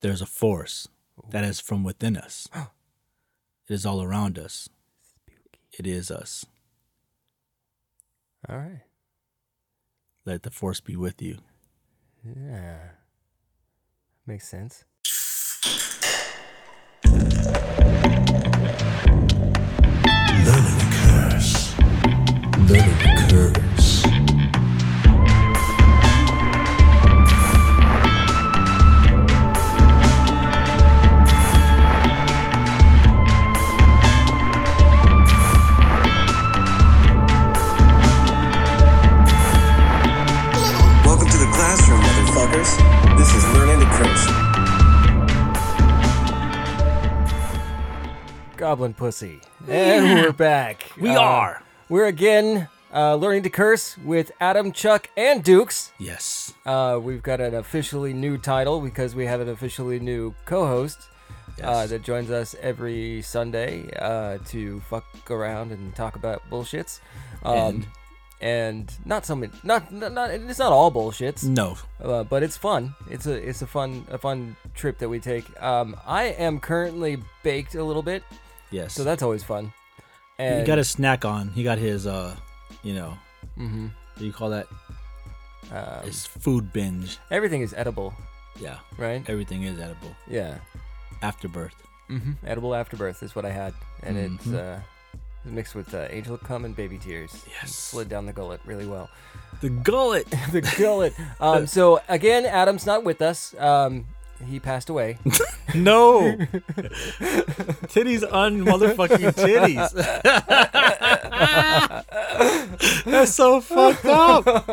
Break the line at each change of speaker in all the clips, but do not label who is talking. There's a force that is from within us. It is all around us. It is us.
All right.
Let the force be with you.
Yeah. Makes sense.
Welcome to the classroom, motherfuckers. This is Learning to Curse.
Goblin pussy. And we're back.
We
Uh,
are.
We're again uh, learning to curse with Adam, Chuck, and Dukes.
Yes.
Uh, we've got an officially new title because we have an officially new co-host uh,
Yes.
that joins us every Sunday uh, to fuck around and talk about bullshits. Um, and, not so many, not, not not it's not all bullshits
No.
uh, but it's fun. It's a it's a fun a fun trip that we take. Um, I am currently baked a little bit,
Yes.
so that's always fun. And
he got his snack on. He got his uh, you know, what do you call that?
um,
His food binge.
everything is edible,
Yeah.
right?
Everything is edible
Yeah,
after birth.
mm-hmm. edible afterbirth is what I had, and it's uh, it's mixed with uh, angel cum and baby tears.
Yes.
slid down the gullet really well.
The gullet.
the gullet. Um, so again, Adam's not with us. Um, he passed away.
No. titties on motherfucking titties. That's so fucked up.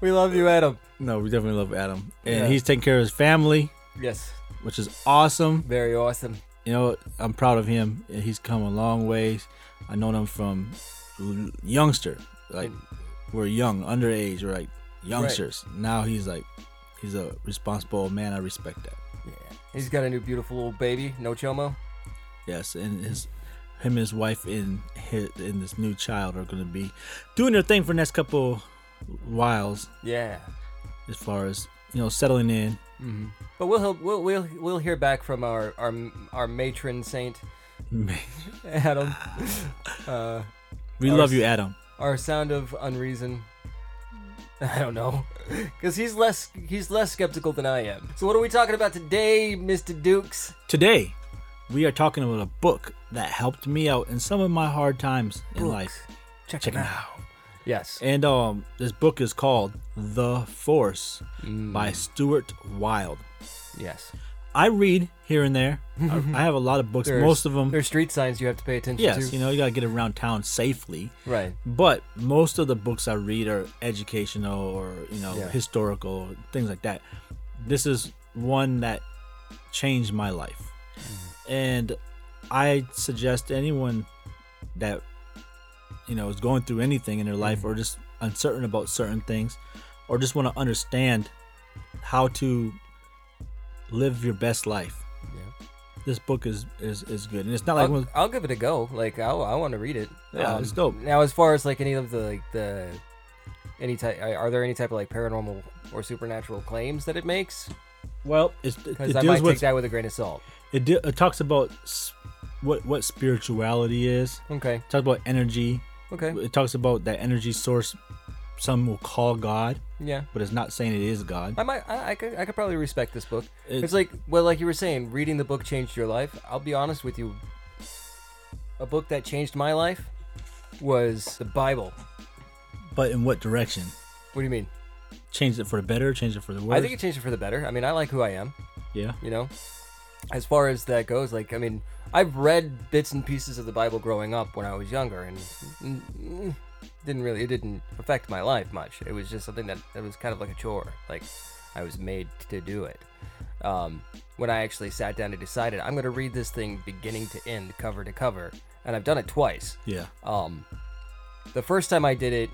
we love you, Adam.
No, we definitely love Adam. And
Yeah.
he's taking care of his family,
Yes,
which is awesome.
very awesome.
You know, I'm proud of him. He's come a long ways. I known him from l- youngster. Like we're young, underage, we're like youngsters. Now he's like he's a responsible old man. I respect that.
Yeah, he's got a new beautiful little baby, no chomo.
Yes, and his him and his wife and his, and this new child are gonna be doing their thing for the next couple whiles
Yeah.
as far as you know settling in.
But we'll help, we'll, we'll we'll hear back from our our our matron saint Adam, uh,
we love you, Adam.
our sound of unreason. I don't know, because he's less he's less skeptical than I am. So what are we talking about today, Mister Dukes?
Today, we are talking about a book that helped me out in some of my hard times in life.
Check,
Check
it
it
out.
out.
Yes.
And um, this book is called The Force
Mm.
by Stuart Wilde.
Yes.
I read here and there. I, I have a lot of books.
There's-
most of them,
There's street signs you have to pay attention to.
yes, you know, you gotta get around town safely.
Right.
But most of the books I read are educational or you know
Yeah.
historical things like that. This is one that changed my life,
Mm-hmm.
and I suggest anyone that you know is going through anything in their
Mm-hmm.
life or just uncertain about certain things, or just want to understand how to live your best life.
Yeah. Uh,
This book is is, is good, and it's not like
I'll,
one-
I'll give it a go. Like I, I want to read it. Um,
Yeah, it's dope.
Now, as far as like any of the like the any type, are there any type of like paranormal or supernatural claims that it makes?
well, it's, it
Because I
deals
might
with
take that with a grain of salt.
it, di- it talks about s- what what spirituality is.
Okay.
It talks about energy.
Okay.
It talks about that energy source. Some will call God,
Yeah.
but it's not saying it is God.
I might. I, I could. I could probably respect this book. It's,
It's-
like well, like you were saying, reading the book changed your life. I'll be honest with you. A book that changed my life was the Bible.
But in what direction?
What do you mean?
Change it for the better. Change it for the worse.
I think it changed it for the better. I mean, I like who I am.
yeah.
you know as far as that goes like i mean i've read bits and pieces of the bible growing up when i was younger and mm, mm, didn't really it didn't affect my life much it was just something that, that was kind of like a chore like i was made to do it um, when i actually sat down and decided i'm going to read this thing beginning to end cover to cover and i've done it twice
Yeah.
um, the first time I did it,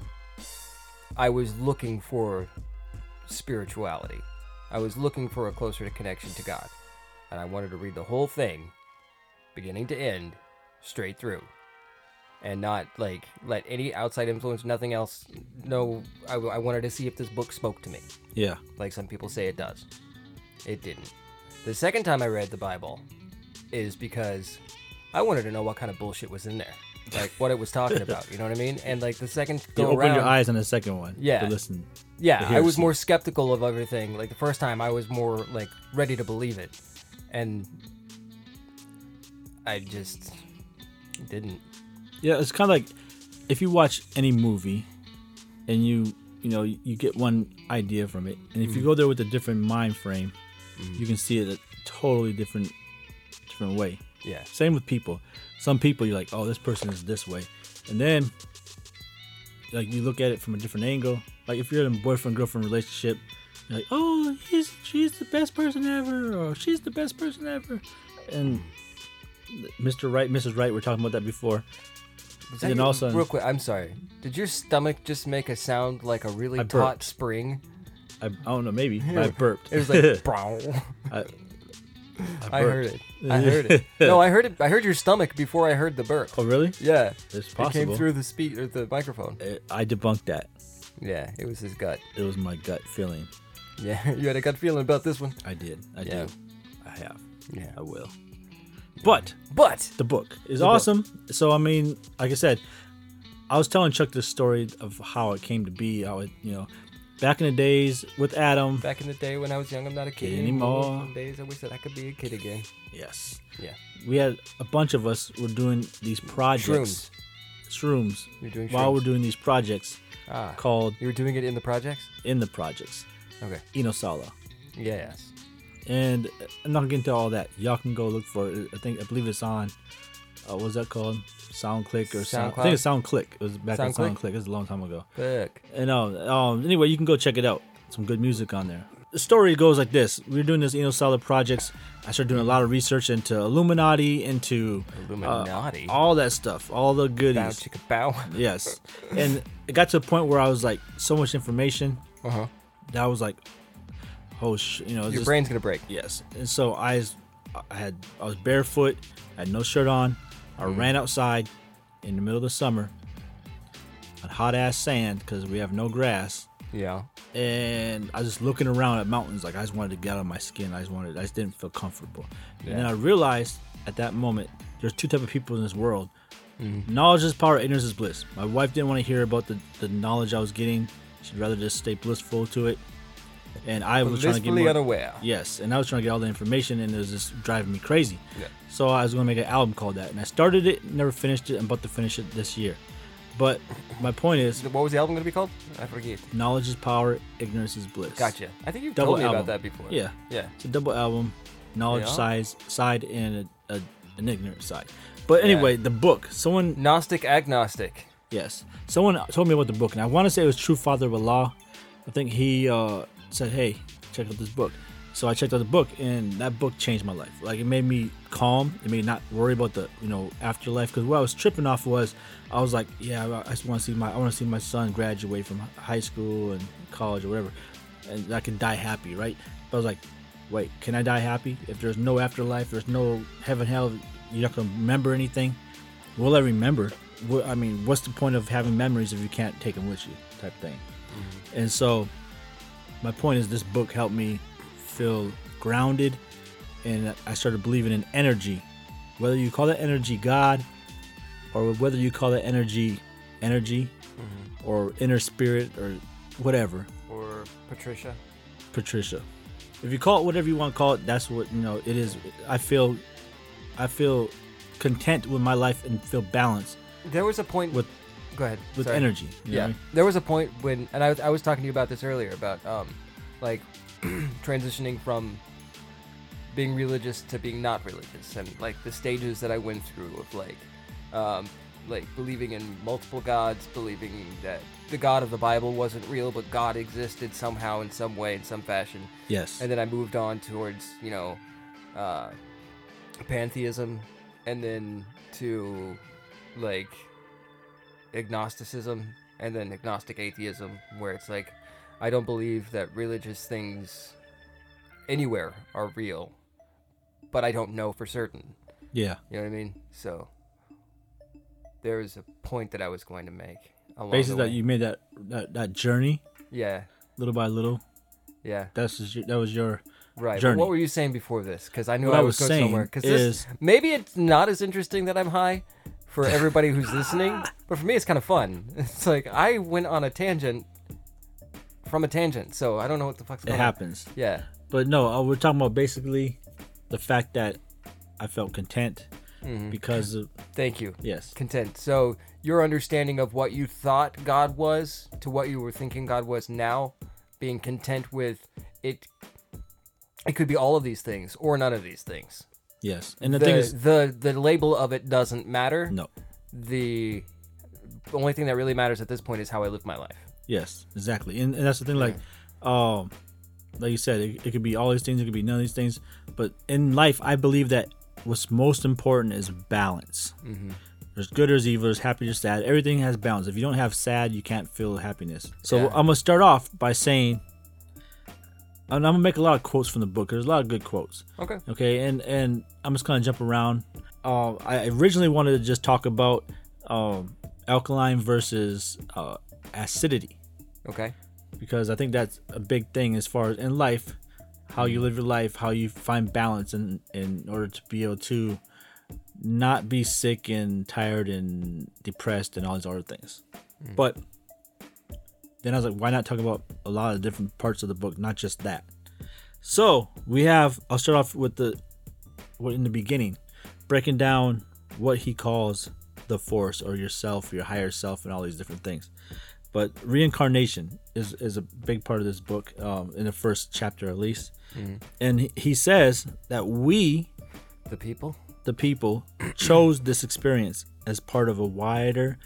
I was looking for spirituality. I was looking for a closer connection to God, and I wanted to read the whole thing, beginning to end, straight through, and not like let any outside influence, nothing else. No, I, I wanted to see if this book spoke to me,
Yeah.
like some people say it does. It didn't. The second time I read the Bible is because I wanted to know what kind of bullshit was in there, like what it was talking about. You know what I mean? And like the second
You
go
open
around,
your eyes on the second one.
Yeah.
To listen.
yeah, I
hear
was
some-
more skeptical of everything. Like the first time, I was more like ready to believe it, and I just didn't.
Yeah, it's kind of like if you watch any movie and you you know you get one idea from it, and if you go
Mm-hmm.
there with a different mind frame, you can see it a totally different different way.
Yeah,
Same with people. Some people you're like, oh, this person is this way, and then like you look at it from a different angle. Like if you're in a boyfriend girlfriend relationship, you're like, oh, he's she's the best person ever, or she's the best person ever, and Mr. Right, Mrs. Right, we we're talking about that before.
Was
And
that
then all of a sudden-
real quick, I'm sorry. Did your stomach just make a sound like a really
I
taut
burped.
spring?
I, I don't know, maybe but I burped.
It was like, brow. I heard it. I heard it. No, I heard it. I heard your stomach before I heard the burp.
Oh, really?
Yeah,
It's
it came
possible.
through the speak or the microphone.
Uh, I debunked that.
Yeah, it was his gut.
It was my gut feeling.
Yeah, you had a gut feeling about this one.
I did. I
Yeah.
do. I have.
Yeah,
I will. But
but
the book is
book.
awesome. So I mean, like I said, I was telling Chuck this story of how it came to be. How it, you know, back in the days with Adam.
back in the day when I was young, I'm not a kid
Kid
anymore.
anymore.
Some days I wish that I could be a kid again.
Yes,
Yeah,
we had a bunch of us were doing these projects. Shrooms.
You're doing
while
shrooms.
we're doing these projects
Ah.
called
you were doing it in the projects.
in the projects.
Okay.
Inosala.
Yes.
and I'm not gonna get into all that. Y'all can go look for it. I think I believe it's on. Uh, what's that called? SoundClick or Sound? I think it's SoundClick. It was back on
SoundClick?
SoundClick. It was a long time ago.
Look.
And um, um, anyway, you can go check it out. Some good music on there. The story goes like this: We were doing this Eno Solid projects. I started doing a lot of research into Illuminati, into uh,
Illuminati?
all that stuff, all the goodies.
Bow chicka bow.
Yes. And it got to a point where I was like, so much information
Uh huh.
that I was like, oh, sh-, you know,
Your
just-
brain's gonna break.
Yes. And so I, was- I had I was barefoot, I had no shirt on. I
Mm-hmm.
ran outside in the middle of the summer on hot ass sand because we have no grass.
Yeah.
And I was just looking around at mountains like I just wanted to get out of my skin. I just wanted I just didn't feel comfortable. And then
Yeah.
I realized at that moment there's two type of people in this world.
Mm-hmm.
Knowledge is power, ignorance is bliss. My wife didn't want to hear about the, the knowledge I was getting. She'd rather just stay blissful to it. And I was trying to get
Blissfully
more,
unaware.
Yes, and I was trying to get all the information, and it was just driving me crazy.
Yeah.
So I was going to make an album called that, and I started it, never finished it. I'm about to finish it this year. But my point is,
What was the album gonna be called? I forget.
knowledge is power, ignorance is bliss.
Gotcha. I think you've
Double
told me
album.
about that before.
Yeah.
Yeah.
It's a double album, knowledge
Yeah.
size side and a, a, an ignorant side. But anyway, the book. Someone
Gnostic agnostic.
Yes. Someone told me about the book, and I want to say it was True Father of Allah. I think he uh, said, "Hey, check out this book." So I checked out the book, and that book changed my life. Like it made me calm. It made me not worry about the you know afterlife. Because what I was tripping off was, I was like, "Yeah, I- I just want to see my I want to see my son graduate from hi- high school and college or whatever, and I can die happy, right?" But I was like, "Wait, can I die happy? If there's no afterlife, there's no heaven, hell, you're not gonna remember anything." will I remember? What, I mean, what's the point of having memories if you can't take them with you, type thing. And so, my point is, this book helped me feel grounded, and I started believing in energy. Whether you call that energy God, or whether you call that energy energy, or inner spirit, or whatever,
Or Patricia.
Patricia. If you call it whatever you want to call it, that's what you know. It is. I feel, I feel content with my life and feel balanced
There was a point
With-
Go ahead.
with
Sorry.
energy. you know
Yeah.
what I mean?
There was a point when, and I, was- I was talking to you about this earlier about um, like transitioning from being religious to being not religious, and like the stages that I went through of like, um, like believing in multiple gods, believing that the God of the Bible wasn't real, but God existed somehow in some way, in some fashion.
Yes.
and then I moved on towards you know uh, pantheism, and then to like agnosticism, and then agnostic atheism, where it's like I don't believe that religious things anywhere are real, but I don't know for certain.
yeah.
You know what I mean? So there is a point that I was going to make. Along the
Basically, that
way.
you made that, that that journey
yeah,
little by little.
yeah,
That's just your, that was your
Right. but
journey.
What were you saying before this? Because I knew
What
I
I
was
was
going somewhere.
saying
Because this
is-
maybe it's not as interesting that I'm high for everybody who's listening, but for me it's kind of fun. It's like I went on a tangent from a tangent, so I don't know what the fuck's
it
going on.
happens.
Yeah.
But no, uh, we're talking about basically the fact that I felt content
Mm-hmm.
because of
Thank you.
yes,
Content. So your understanding of what you thought God was to what you were thinking God was now, being content with it. It could be all of these things or none of these things.
yes. And the,
The,
thing is,
the the label of it doesn't matter.
no,
the only thing that really matters at this point is how I live my life.
yes, exactly. And, and that's the thing, like, um, like you said, it, it could be all these things, it could be none of these things. But in life, I believe that what's most important is balance. There's good, there's evil, there's happy, there's sad. Everything has balance. If you don't have sad, you can't feel happiness. So
Yeah.
I'm gonna start off by saying, and I'm gonna make a lot of quotes from the book. There's a lot of good quotes.
Okay.
Okay, and and I'm just gonna jump around. Uh, I originally wanted to just talk about um, alkaline versus uh, acidity
Okay.
because I think that's a big thing as far as in life, how you live your life, how you find balance in in order to be able to not be sick and tired and depressed and all these other things. But then I was like, why not talk about a lot of different parts of the book, not just that. So we have. I'll start off with the what in the beginning, breaking down what he calls the force or yourself, your higher self, and all these different things but reincarnation is is a big part of this book um, in the first chapter at least
Mm-hmm.
and he- he says that we
The people.
the people chose this experience as part of a wider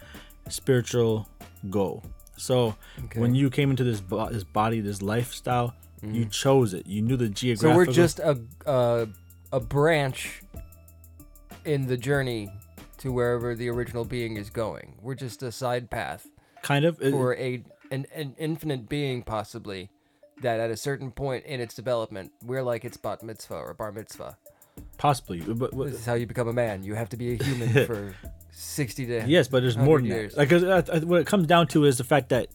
spiritual goal so when you came into this, bo- this body this lifestyle you chose it you knew the
Mm-hmm. So
geographical
we're just a a, a branch in the journey to wherever the original being is going. We're just a side path
kind of it-
for a an, an infinite being possibly that at a certain point in its development, we're like its bat mitzvah or bar mitzvah.
possibly but, but
This is how you become a man. You have to be a human for 60 days.
Yes, but there's more than
100 years.
that. Like 'cause I- I- what it comes down to is the fact that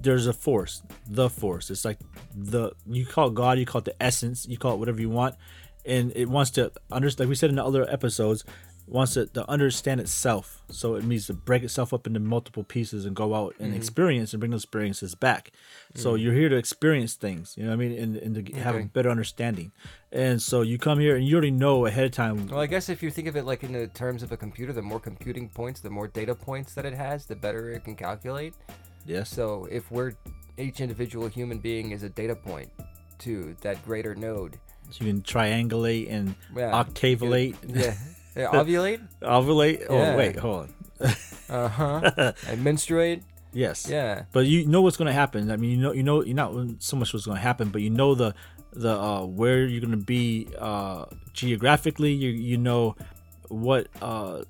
there's a force, the force. It's like the you call it God, you call it the essence, you call it whatever you want, and it wants to understand. Like we said in the other episodes, wants to, to understand itself. So it means to break itself up into multiple pieces and go out
Mm-hmm.
and experience and bring those experiences back. So you're here to experience things, you know what I mean, and, and to g- have a
Okay.
better understanding. And so you come here and you already know ahead of time.
Well, I guess if you think of it like in the terms of a computer, the more computing points, the more data points that it has, the better it can calculate.
Yes.
So if we're each individual human being is a data point to that greater node.
So you can triangulate and
Yeah.
octavolate,
Yeah. yeah ovulate?
ovulate.
Yeah.
Oh wait, hold
Uh huh. and menstruate?
on. Yes.
Yeah.
But you know what's going to happen. I mean, you know, you know, you're not so much what's going to happen, but you know the the uh, where you're going to be uh, geographically. You you know what uh,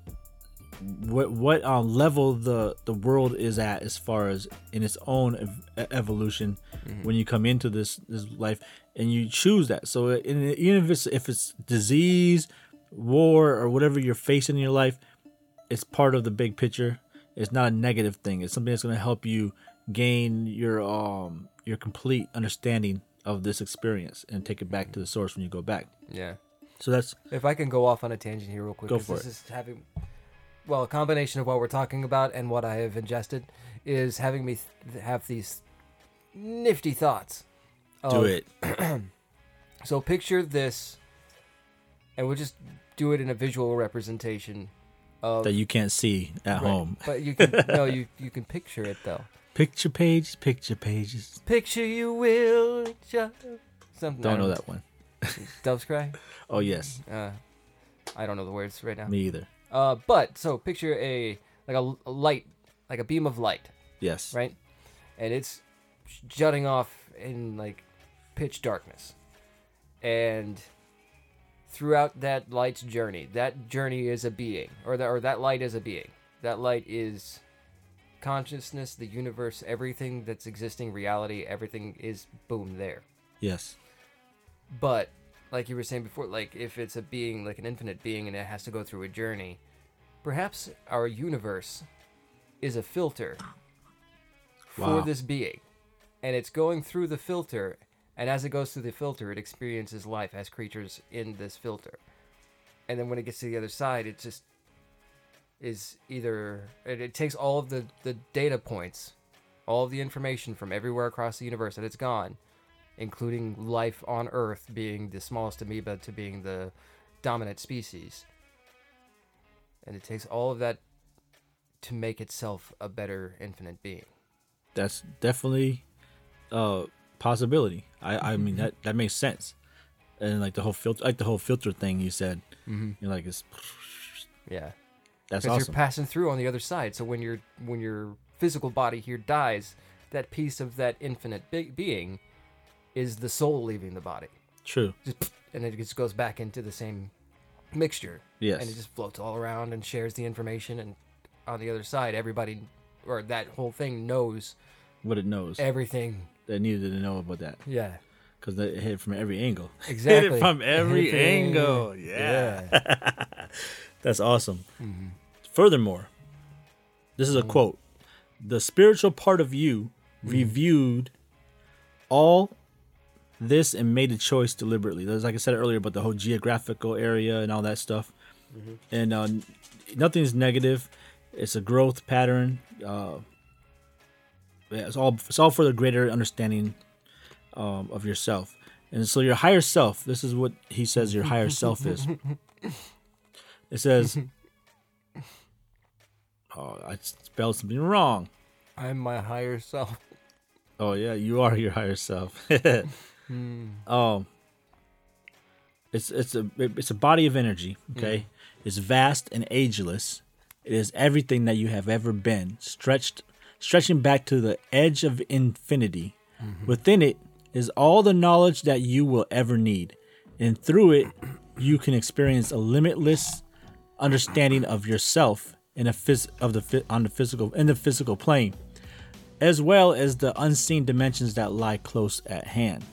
what what uh, level the the world is at as far as in its own ev- e, evolution when you come into this this life and you choose that. So in, even if it's if it's disease, war, or whatever you're facing in your life, it's part of the big picture. It's not a negative thing. It's something that's going to help you gain your um your complete understanding of this experience and take it back to the source when you go back.
Yeah.
So that's
If I can go off on a tangent here real quick,
Go
'cause
for
this
it.
is having well, a combination of what we're talking about and what I have ingested is having me th- have these nifty thoughts.
do
of-
it.
So picture this, and we'll just do it in a visual representation of
That you can't see at
Right.
home.
But you can no, you you can picture it though.
Picture pages, picture pages.
Picture you will just something. I
Don't know that one.
Doves cry.
Oh yes,
Uh, I don't know the words right now.
me either.
Uh, but so picture a like a, l- a light, like a beam of light,
Yes.
right? And it's jutting off in like pitch darkness, and throughout that light's journey, that journey is a being, or that or that light is a being. That light is consciousness, the universe, everything that's existing, reality, everything is boom there.
Yes.
But like you were saying before, like if it's a being, like an infinite being, and it has to go through a journey, perhaps our universe is a filter for
Wow.
this being, and it's going through the filter, And as it goes through the filter, it experiences life as creatures in this filter. And then when it gets to the other side, it just is either it, it takes all of the, the data points, all of the information from everywhere across the universe that it's gone, including life on Earth being the smallest amoeba to being the dominant species. And it takes all of that to make itself a better infinite being.
that's definitely a possibility. I, I mean that that makes sense, and like the whole filter, like the whole filter thing you said, you're like it's
Yeah.
that's
Mm-hmm. Because
awesome.
you're passing through on the other side. So when your when your physical body here dies, that piece of that infinite be- being is the soul leaving the body.
True.
Just, and it just goes back into the same mixture.
Yes.
And it just floats all around and shares the information. And on the other side, everybody or that whole thing knows
What it knows.
everything.
They needed to know about that
Yeah.
because they hit it from every angle.
Exactly.
hit it from every
Everything.
angle. Yeah.
yeah.
That's awesome. Furthermore, this is a quote The spiritual part of you reviewed all this and made a choice deliberately. That's like I said earlier about the whole geographical area and all that stuff. And uh, n- nothing's negative, it's a growth pattern. Uh, yeah, it's all it's all for the greater understanding um, of yourself. And so your higher self, this is what he says your higher self is. It says, "Oh, I spelled something wrong."
I'm my higher self.
Oh yeah, you are your higher self. Um, it's it's a it's a body of energy. Okay, it's vast and ageless. It is everything that you have ever been, stretched stretching back to the edge of infinity. Within it is all the knowledge that you will ever need, and through it, you can experience a limitless understanding of yourself in a phys- of the phy- on the physical in the physical plane as well as the unseen dimensions that lie close at hand.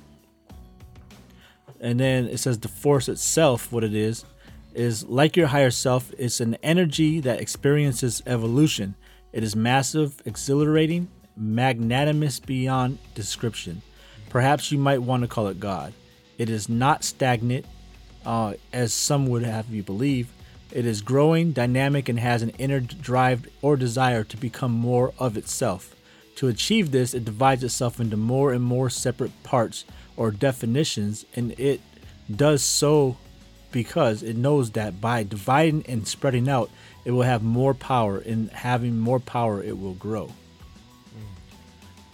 And then it says the force itself, what it is, is like your higher self, it's an energy that experiences evolution. It is massive, exhilarating, magnanimous beyond description. Perhaps you might want to call it God. It is not stagnant, uh, as some would have you believe. It is growing, dynamic, and has an inner drive or desire to become more of itself. To achieve this, it divides itself into more and more separate parts or definitions, and it does so because it knows that by dividing and spreading out, it will have more power, and having more power, it will grow.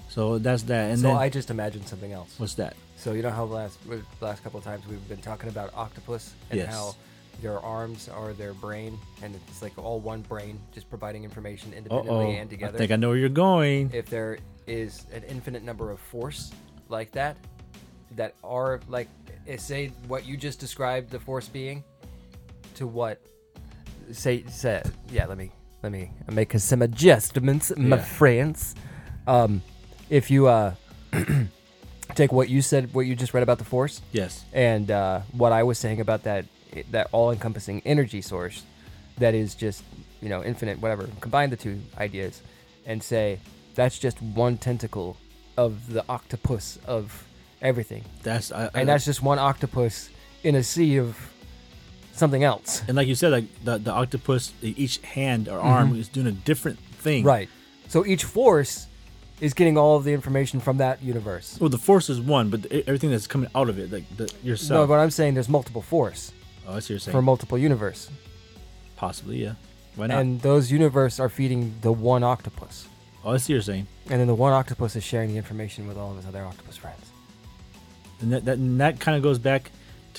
So that's that. And
Hmm. So
then,
I just imagined something else.
what's that?
So you know how last with the last couple of times we've been talking about octopus and
Yes.
how their arms are their brain and it's like all one brain just providing information
Uh
independently
oh. I
and together.
think I know where you're going.
if there is an infinite number of force like that that are like eh, say what you just described the force being to what say say yeah let me let me make some adjustments my
Yeah.
friends um if you uh take what you said what you just read about the force
yes.
and uh, what I was saying about that eh, that all-encompassing energy source that is just you know infinite whatever combine the two ideas and say that's just one tentacle of the octopus of everything
That's I, I,
and that's just one octopus in a sea of something else
and like you said, like the, the octopus, each hand or arm is doing a different thing.
Mm-hmm. right so each force is getting all of the information from that universe
Well, the force is one, but the, everything that's coming out of it, like the,
no
yourself.
but i'm saying there's multiple force
oh, I see what you're saying.
for multiple universe
Possibly, yeah. Why not?
and those universe are feeding the one octopus
oh, I see what you're saying.
And then the one octopus is sharing the information with all of his other octopus friends.
And that that, and that kind of goes back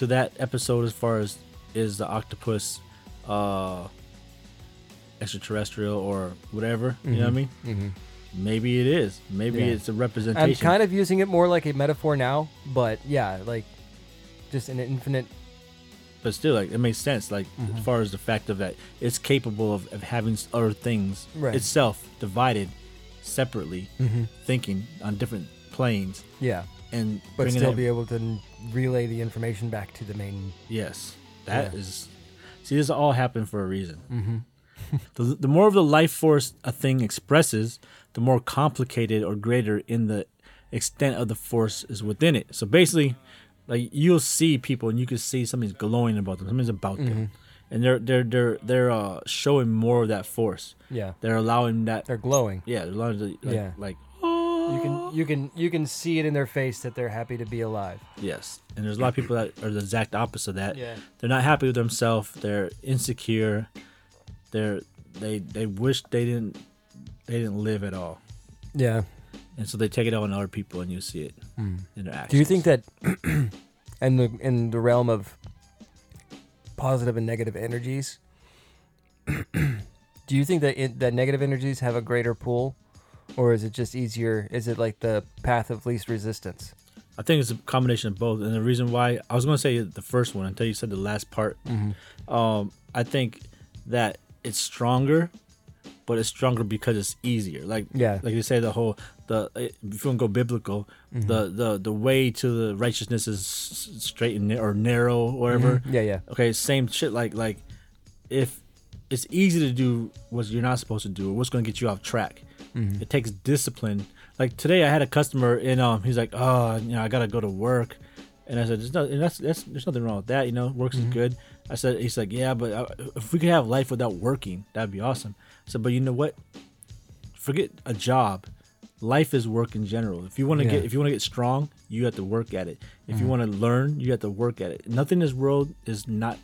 to that episode as far as is the octopus uh extraterrestrial or whatever. You know what I mean? Mm-hmm. Maybe it is. Maybe
Yeah.
it's a representation.
I'm kind of using it more like a metaphor now, but yeah, like just an infinite.
but still like it makes sense like
Mm-hmm.
as far as the fact of that it's capable of, of having s- other things
Right. Mm-hmm.
itself divided separately thinking on different planes
Yeah.
and
But
bringing
still
that-
be able to n- relay the information back to the main.
yes
Yeah. Mm-hmm.
that is. see this all happened for a reason the, the more of the life force a thing expresses the more complicated or greater in the extent of the force is within it. So basically, like you'll see people and you can see something's glowing about them, something's about
Mm-hmm.
them, and they're they're they're they're uh, showing more of that force.
Yeah.
They're allowing that.
They're glowing.
yeah, they're allowing the, like,
Yeah.
like
You can you can you can see it in their face that they're happy to be alive.
Yes, and there's a lot of people that are the exact opposite of that.
Yeah.
They're not happy with themselves. They're insecure. They're they they wish they didn't they didn't live at all,
Yeah.
and so they take it out on other people, and you see it in their actions.
Hmm. Do you think that in the in the realm of positive and negative energies, do you think that it, that negative energies have a greater pull, or is it just easier? Is it like the path of least resistance?
I think it's a combination of both, and the reason why I was going to say the first one until you said the last part. Um, I think that it's stronger, but it's stronger because it's easier. Like
Yeah.
like you say, the whole the if you want to go biblical, the the the way to the righteousness is s- straight and nar- or narrow, or whatever.
Yeah, yeah.
Okay, same shit. Like like if it's easy to do what you're not supposed to do, or what's going to get you off track. It takes discipline. Like today, I had a customer, and um, he's like, "Oh, you know, I gotta go to work," and I said, "There's no, and that's, that's there's nothing wrong with that. You know, works is good." I said, "He's like, yeah, but uh if we could have life without working, that'd be awesome." I said, "But you know what? Forget a job. Life is work in general. If you want to
Yeah. Mm.
get if you want to get strong, you have to work at it. If you want to learn, you have to work at it. Nothing in this world is not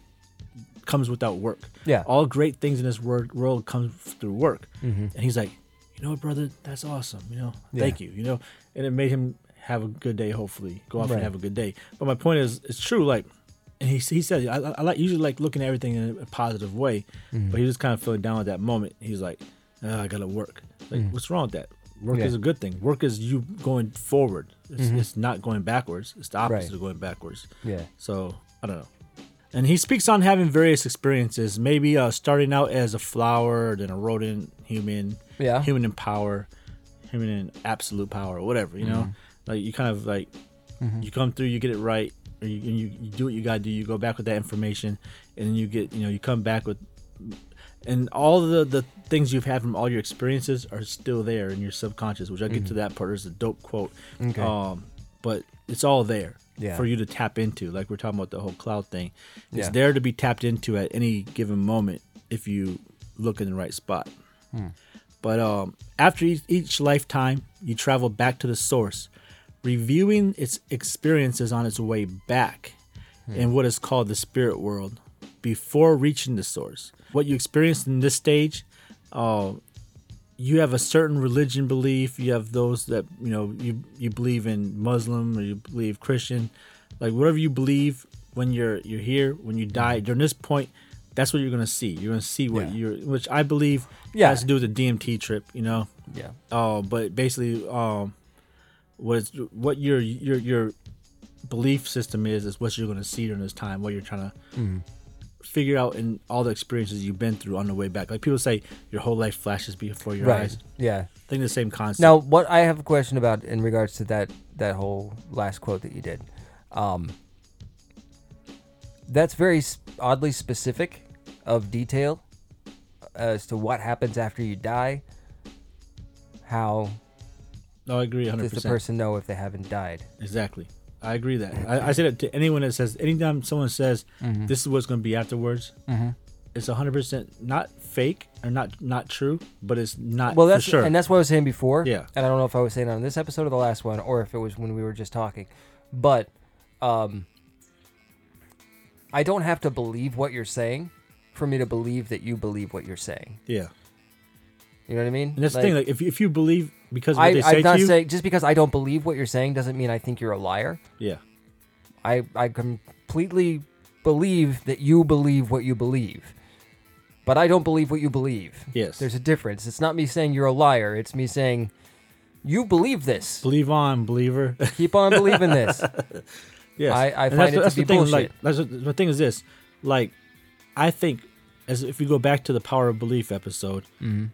comes without work.
Yeah.
All great things in this wor- world comes through work.
Mm-hmm.
And he's like, you know what, brother, that's awesome. You know, thank you. You know, and it made him have a good day. Hopefully, go off
Right.
and have a good day. But my point is, it's true. Like, and he he said, I, I I like usually like looking at everything in a positive way,
Mm-hmm.
but he was kind of feeling down at that moment. He's like, "Ah, I gotta work. Like, what's wrong with that? Work
Mm. Yeah. Mm-hmm.
is a good thing. Work is you going forward. It's, it's not going backwards. It's the opposite
Right.
of going backwards.
Yeah.
So I don't know. And he speaks on having various experiences, maybe uh, starting out as a flower, then a rodent, human,
Yeah.
human in power, human in absolute power, whatever. You know, like you kind of like
Mm-hmm.
you come through, you get it right, or you, and you, you do what you gotta do. You go back with that information, and then you get you know you come back with, and all the the things you've had from all your experiences are still there in your subconscious. Which I'll get to that part. There's a dope quote.
Mm-hmm. Okay.
Um, but it's all there
Yeah.
for you to tap into. Like we're talking about the whole cloud thing. It's
Yeah.
there to be tapped into at any given moment if you look in the right spot. But um, after each, each lifetime, you travel back to the source, reviewing its experiences on its way back
Hmm.
in what is called the spirit world before reaching the source. What you experienced in this stage, uh, you have a certain religion belief. You have those that you know you you believe in Muslim or you believe Christian, like whatever you believe when you're you're here when you die during this point, that's what you're gonna see. You're gonna see what
Hmm. Yeah.
you're, which I believe
Yeah.
has to do with the DMT trip. You know,
Yeah.
uh, but basically, um, what it's, what your your your belief system is is what you're gonna see during this time. What you're trying to
Mm-hmm.
figure out in all the experiences you've been through on the way back. Like people say, your whole life flashes before your
Right.
eyes.
Yeah.
I think the same concept.
Now, what I have a question about in regards to that that whole last quote that you did, um, that's very s- oddly specific of detail as to what happens after you die. How
no, I agree 100.
does the
percent
person know if they haven't died?
Exactly. I agree that. I, I say that to anyone that says anytime someone says
Mm-hmm.
this is what's going to be afterwards. It's 100 percent not fake or not not true, but it's not
Well,
for
that's
sure.
and that's what I was saying before.
Yeah.
And I don't know if I was saying it on this episode or the last one, or if it was when we were just talking, but um, I don't have to believe what you're saying for me to believe that you believe what you're saying.
yeah.
You know what I mean?
And that's the thing. Like if you- if you believe because of what they
I,
say
I'm not
to you,
saying just because I don't believe what you're saying doesn't mean I think you're a liar.
yeah,
I I completely believe that you believe what you believe, but I don't believe what you believe.
Yes.
there's a difference. It's not me saying you're a liar. It's me saying you believe this.
believe on believer.
Keep on believing this.
Yes,
I- I
And
find it to
the
be
thing,
bullshit.
Like, that's what- the thing is this, like, I think as if you go back to the power of belief episode,
Mm-hmm.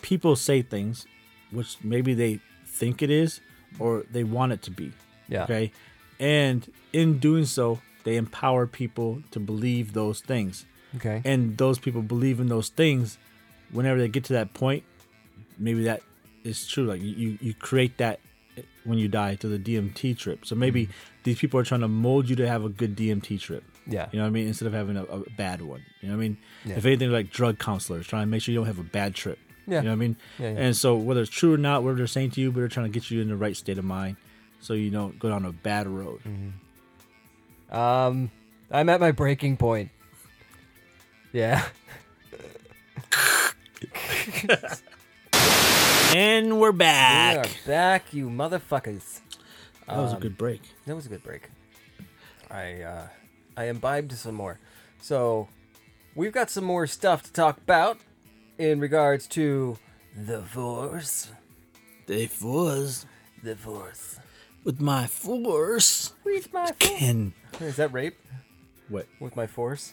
people say things which maybe they think it is or they want it to be.
Yeah.
Okay, and in doing so, they empower people to believe those things,
Okay.
and those people believe in those things. Whenever they get to that point, maybe that is true. Like you, you create that when you die to the DMT trip. So maybe
Mm-hmm.
these people are trying to mold you to have a good DMT trip.
Yeah.
You know what I mean? Instead of having a, a bad one. You know what I mean?
Yeah.
If anything, like drug counselors trying to make sure you don't have a bad trip.
Yeah.
You know what I mean?
Yeah, yeah.
And so whether it's true or not, whatever they're saying to you, but they're trying to get you in the right state of mind so you don't go down a bad road.
Mm-hmm. Um, I'm at my breaking point. Yeah.
And we're
We Um, are
back.
back, you motherfuckers.
That was a good break.
That was a good break. I uh, I imbibed some more. So we've got some more stuff to talk about in regards to the force.
They was
The force.
with my force
With my force.
can
Is that rape?
what
With my force?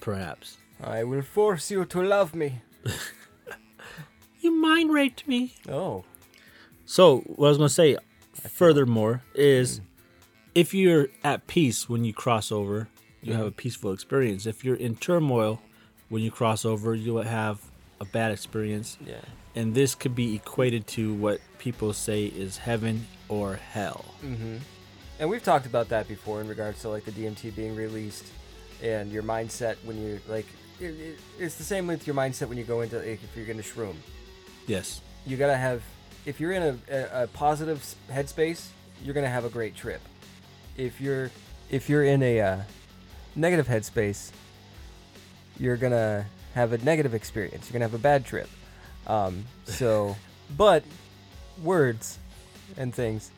perhaps
I will force you to love me.
you mind raped me.
Oh.
So what I was gonna say, furthermore, is if you're at peace when you cross over, you have a peaceful experience. If you're in turmoil when you cross over, you'll have a bad experience.
Yeah.
And this could be equated to what people say is heaven or hell.
Mm. And we've talked about that before in regards to like the DMT being released and your mindset when you're like, it, it, it's the same with your mindset when you go into, like, if you're going to shroom.
Yes.
You got to have, if you're in a, a, a positive s- headspace, you're going to have a great trip. If you're, if you're in a uh, negative headspace, you're going to have a negative experience. You're going to have a bad trip. Um, so, but words and things.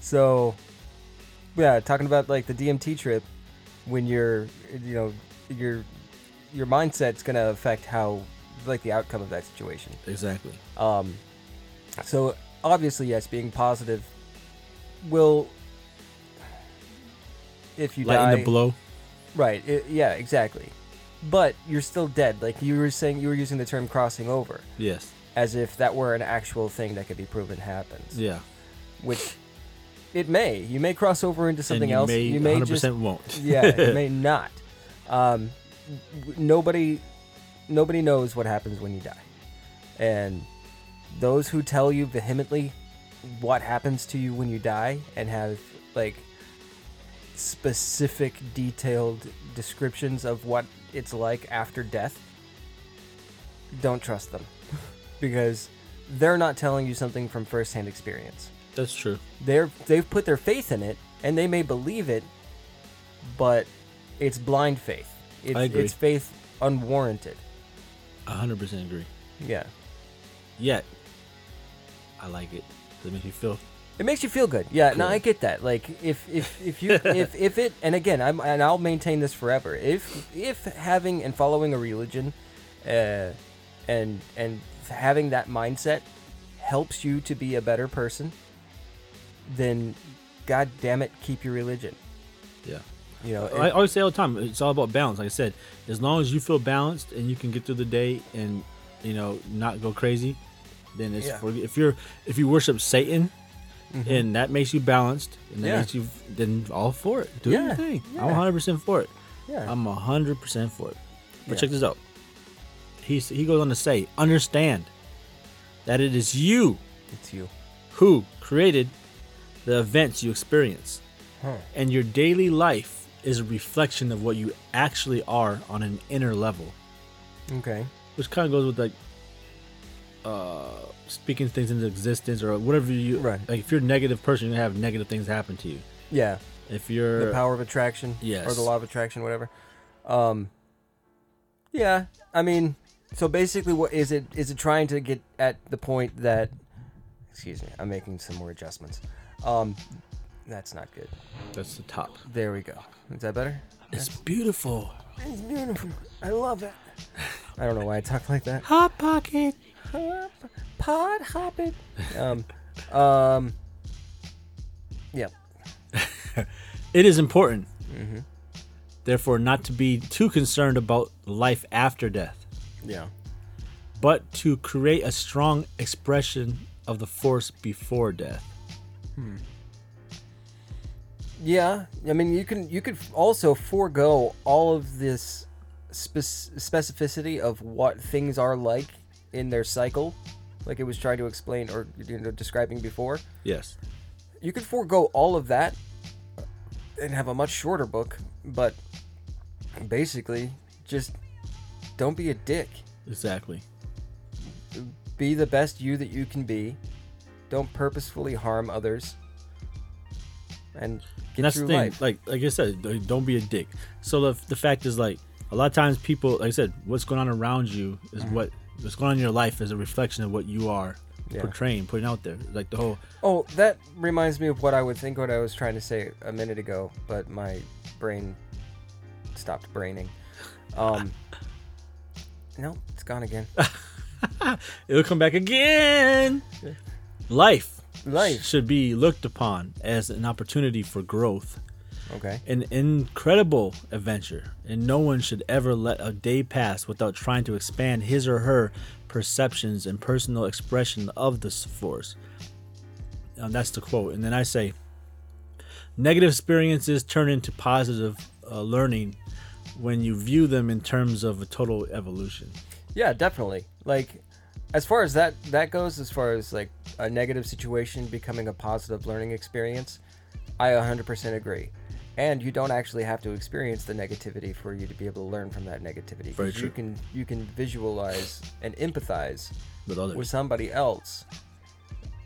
So, yeah, talking about like the DMT trip, when you're, you know, your your mindset's gonna affect how, like, the outcome of that situation.
Exactly.
Um, so obviously, yes, being positive will, if you
Lighten
die,
the blow.
Right. i yeah. Exactly. But you're still dead. Like you were saying, you were using the term crossing over
Yes.
as if that were an actual thing that could be proven happens.
Yeah.
Which it may. You may cross over into something
and you
else.
May,
you may
100%
just.
won't.
yeah. You may not. Um, w- nobody, nobody knows what happens when you die, and those who tell you vehemently what happens to you when you die and have like specific detailed descriptions of what it's like after death don't trust them because they're not telling you something from firsthand experience
That's true.
they're they've put their faith in it and they may believe it but it's blind faith it's,
I agree.
it's faith unwarranted
100% agree.
yeah
Yet, I like it. Does it make you feel
It makes you feel good. Yeah,
Cool.
no, I get that. Like if if if you if if it and again, I'm and I'll maintain this forever. If if having and following a religion, uh, and and having that mindset helps you to be a better person, then god damn it, keep your religion.
Yeah.
You know,
I always say all the time, it's all about balance. Like I said, as long as you feel balanced and you can get through the day and you know not go crazy, then it's
Yeah. Mm-hmm.
for, if you're if you worship Satan, and that makes you balanced, and that
Yeah.
makes you then all for it. Do
Yeah,
your thing. I'm
yeah.
100 percent for it.
Yeah.
I'm 100 percent for it. But
Yeah.
check this out. He s- he goes on to say, understand that it is you
it's you.
who created the events you experience.
Huh.
And your daily life is a reflection of what you actually are on an inner level,
Okay.
which kind of goes with like uh, speaking things into existence or whatever you.
Right.
Like if you're a negative person, you're gonna have negative things happen to you.
Yeah.
If you're
the power of attraction or
Yes.
the law of attraction whatever um yeah i mean so basically what is it is it trying to get at the point that excuse me i'm making some more adjustments um that's not good
that's the top.
there we go is that better
It's beautiful.
it's beautiful i love it i don't know why i talk like that
Hot pocket.
hop, pod hopping um um yeah
It is important.
Mm-hmm.
Therefore, not to be too concerned about life after death.
yeah
but to create a strong expression of the force before death.
Yeah, I mean, you can you could also forego all of this spec- specificity of what things are like in their cycle like it was trying to explain or you know describing before.
Yes.
You could forego all of that and have a much shorter book, but basically just don't be a dick.
Exactly.
Be the best you that you can be. Don't purposefully harm others. And get
And that's the
through
thing.
life.
Like like I said, like, don't be a dick. So the, the fact is like a lot of times people like I said, what's going on around you is
Mm-hmm.
what what's going on in your life is a reflection of what you are
Yeah.
portraying, putting out there. Like the whole
Oh, that reminds me of what I would think what I was trying to say a minute ago, but my brain stopped braining. Um, no, it's gone again.
it'll come back again. Life
Life.
should be looked upon as an opportunity for growth,
Okay.
an incredible adventure, and no one should ever let a day pass without trying to expand his or her perceptions and personal expression of this force. Um, that's the quote. And then I say, negative experiences turn into positive uh, learning when you view them in terms of a total evolution.
Yeah, definitely. Like, as far as that that goes, as far as like a negative situation becoming a positive learning experience, I 100% agree. And you don't actually have to experience the negativity for you to be able to learn from that negativity. 'cause
Very
You
true.
can you can visualize and empathize
With others.
with somebody else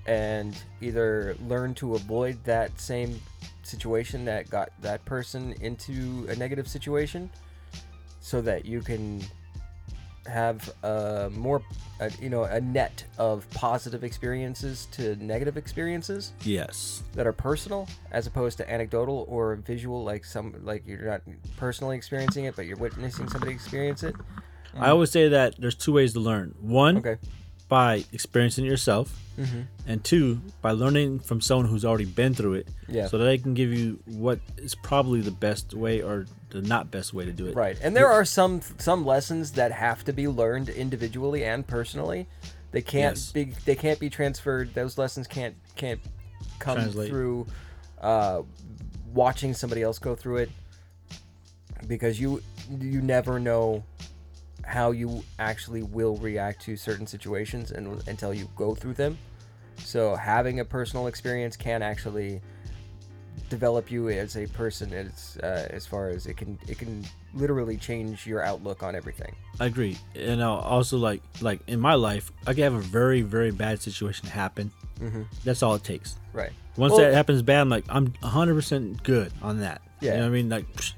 and either learn to avoid that same situation that got that person into a negative situation so that you can have a more a, you know a net of positive experiences to negative experiences
yes.
that are personal as opposed to anecdotal or visual like some like you're not personally experiencing it but you're witnessing somebody experience it
I always say that there's two ways to learn. One,
okay
by experiencing it yourself,
Mm-hmm.
and two, by learning from someone who's already been through it,
Yeah.
so that they can give you what is probably the best way or the not best way to do it.
Right, and there are some some lessons that have to be learned individually and personally. They can't
Yes.
be they can't be transferred. Those lessons can't can't come
Translate.
through uh, watching somebody else go through it because you you never know how you actually will react to certain situations and, until you go through them. So having a personal experience can actually develop you as a person as uh, as far as it can it can literally change your outlook on everything.
I agree. And uh, also, like like in my life, I could have a very very bad situation happen. Mm-hmm. That's all it takes.
Right.
Once
Well,
that happens bad, I'm like I'm 100 percent good on that.
Yeah.
you know what I mean. Like psh,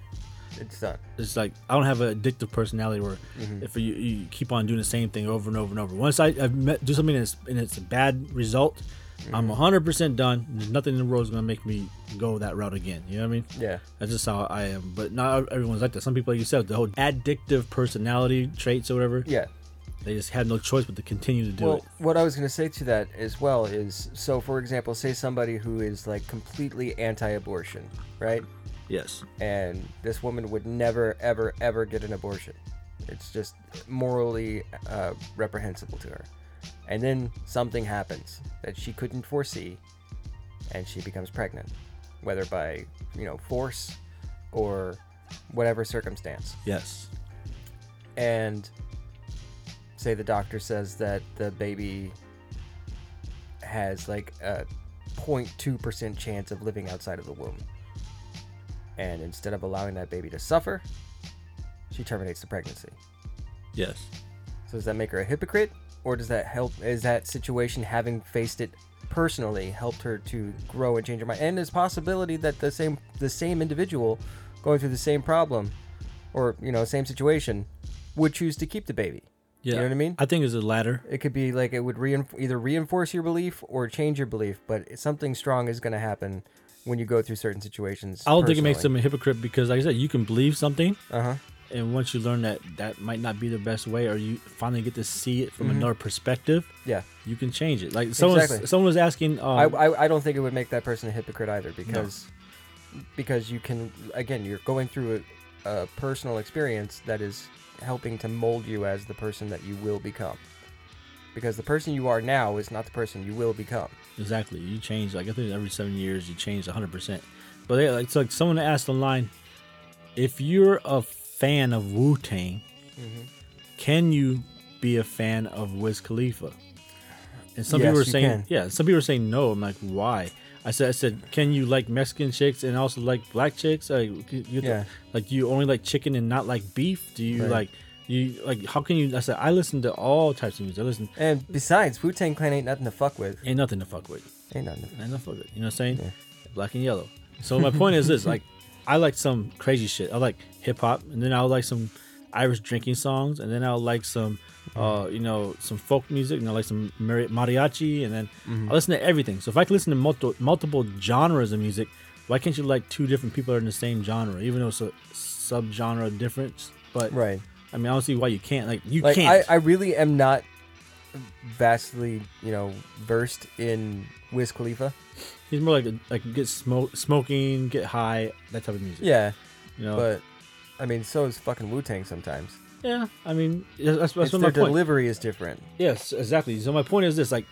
it's done.
it's like I don't have an addictive personality where
Mm-hmm.
if you, you keep on doing the same thing over and over and over. Once I I've met, do something and it's, and it's a bad result,
Mm-hmm.
I'm 100% done. There's nothing in the world is going to make me go that route again. You know what I mean?
Yeah.
That's just how I am. But not everyone's like that. Some people, like you said, the whole addictive personality traits or whatever,
Yeah.
they just have no choice but to continue to do
Well,
it.
what I was going to say to that as well is so for example, say somebody who is like completely anti-abortion, right?
Yes.
and this woman would never, ever, ever get an abortion. It's just morally uh, reprehensible to her. And then something happens that she couldn't foresee, and she becomes pregnant, whether by you know force or whatever circumstance.
Yes.
And say the doctor says that the baby has like a 0.2% chance of living outside of the womb. And instead of allowing that baby to suffer, she terminates the pregnancy.
Yes.
So does that make her a hypocrite or does that help is that situation having faced it personally helped her to grow and change her mind? And there's possibility that the same the same individual going through the same problem or you know, same situation would choose to keep the baby.
Yeah.
You know what I mean?
I think it's the latter.
it could be like it would reinf- either reinforce your belief or change your belief but something strong is going to happen when you go through certain situations
I don't think it makes them a hypocrite because, like I said, you can believe something,
uh-huh
and once you learn that that might not be the best way or you finally get to see it from another perspective
yeah
you can change it like someone
Mm-hmm. Exactly.
someone was asking
I,
um,
I, I don't think it would make that person a hypocrite either because because you can again you're going through a, a personal experience that is helping to mold you as the person that you will become because the person you are now is not the person you will become
exactly you change like i think every seven years you change 100% but they, like, it's like someone asked online if you're a fan of
Mm-hmm.
wu-tang can you be a fan of wiz khalifa And some
Yes,
people were
you
saying,
can.
yeah, some people were saying no. I'm like, why? I said, I said, can you like Mexican chicks and also like black chicks? Like, you- you,
Yeah.
like you only like chicken and not like beef? Do you
Right.
like you like? How can you? I said, I listen to all types of music. I listen,
And besides, Wu Tang Clan ain't nothing to fuck with.
ain't nothing to fuck with.
Ain't nothing. To fuck.
Ain't nothing to fuck with. You know what I'm saying? Black and yellow. So my point is this: like, I like some crazy shit. I like hip hop, and then I will like some Irish drinking songs, and then I will like some,
Mm-hmm.
uh, you know, some folk music, and I like some mari- mariachi, and then
Mm-hmm.
I listen to everything. So if I can listen to multiple multiple genres of music, why can't you like two different people that are in the same genre, even though it's a subgenre difference? But
Right.
I mean, I don't see why you can't. Like, you
Like I,
can't.
I really am not vastly, you know, versed in Wiz Khalifa.
He's more like a, like get smoke, smoking, get high, that type of music.
Yeah,
you know.
but I mean, so is fucking Wu Tang sometimes.
Yeah, I mean that's, that's
It's
what
their
my point.
delivery is different.
yes, exactly. So my point is this: like,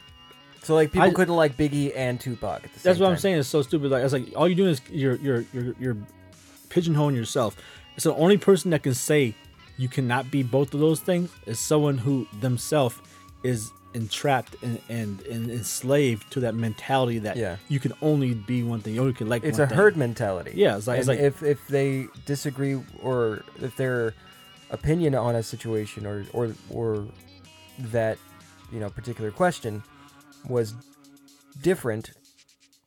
So like people
I-
couldn't like Biggie and Tupac at the same
that's what I'm
time.
saying. It's so stupid. Like, it's like all you're doing is you're you're you're, you're pigeonholing yourself. It's the only person that can say you cannot be both of those things is someone who themselves is entrapped and, and and enslaved to that mentality that
Yeah.
you can only be one thing. You only can like
It's
one
a
thing.
herd mentality.
Yeah, it's like- it's
And
like-
if if they disagree or if their opinion on a situation or or or that you know particular question was different,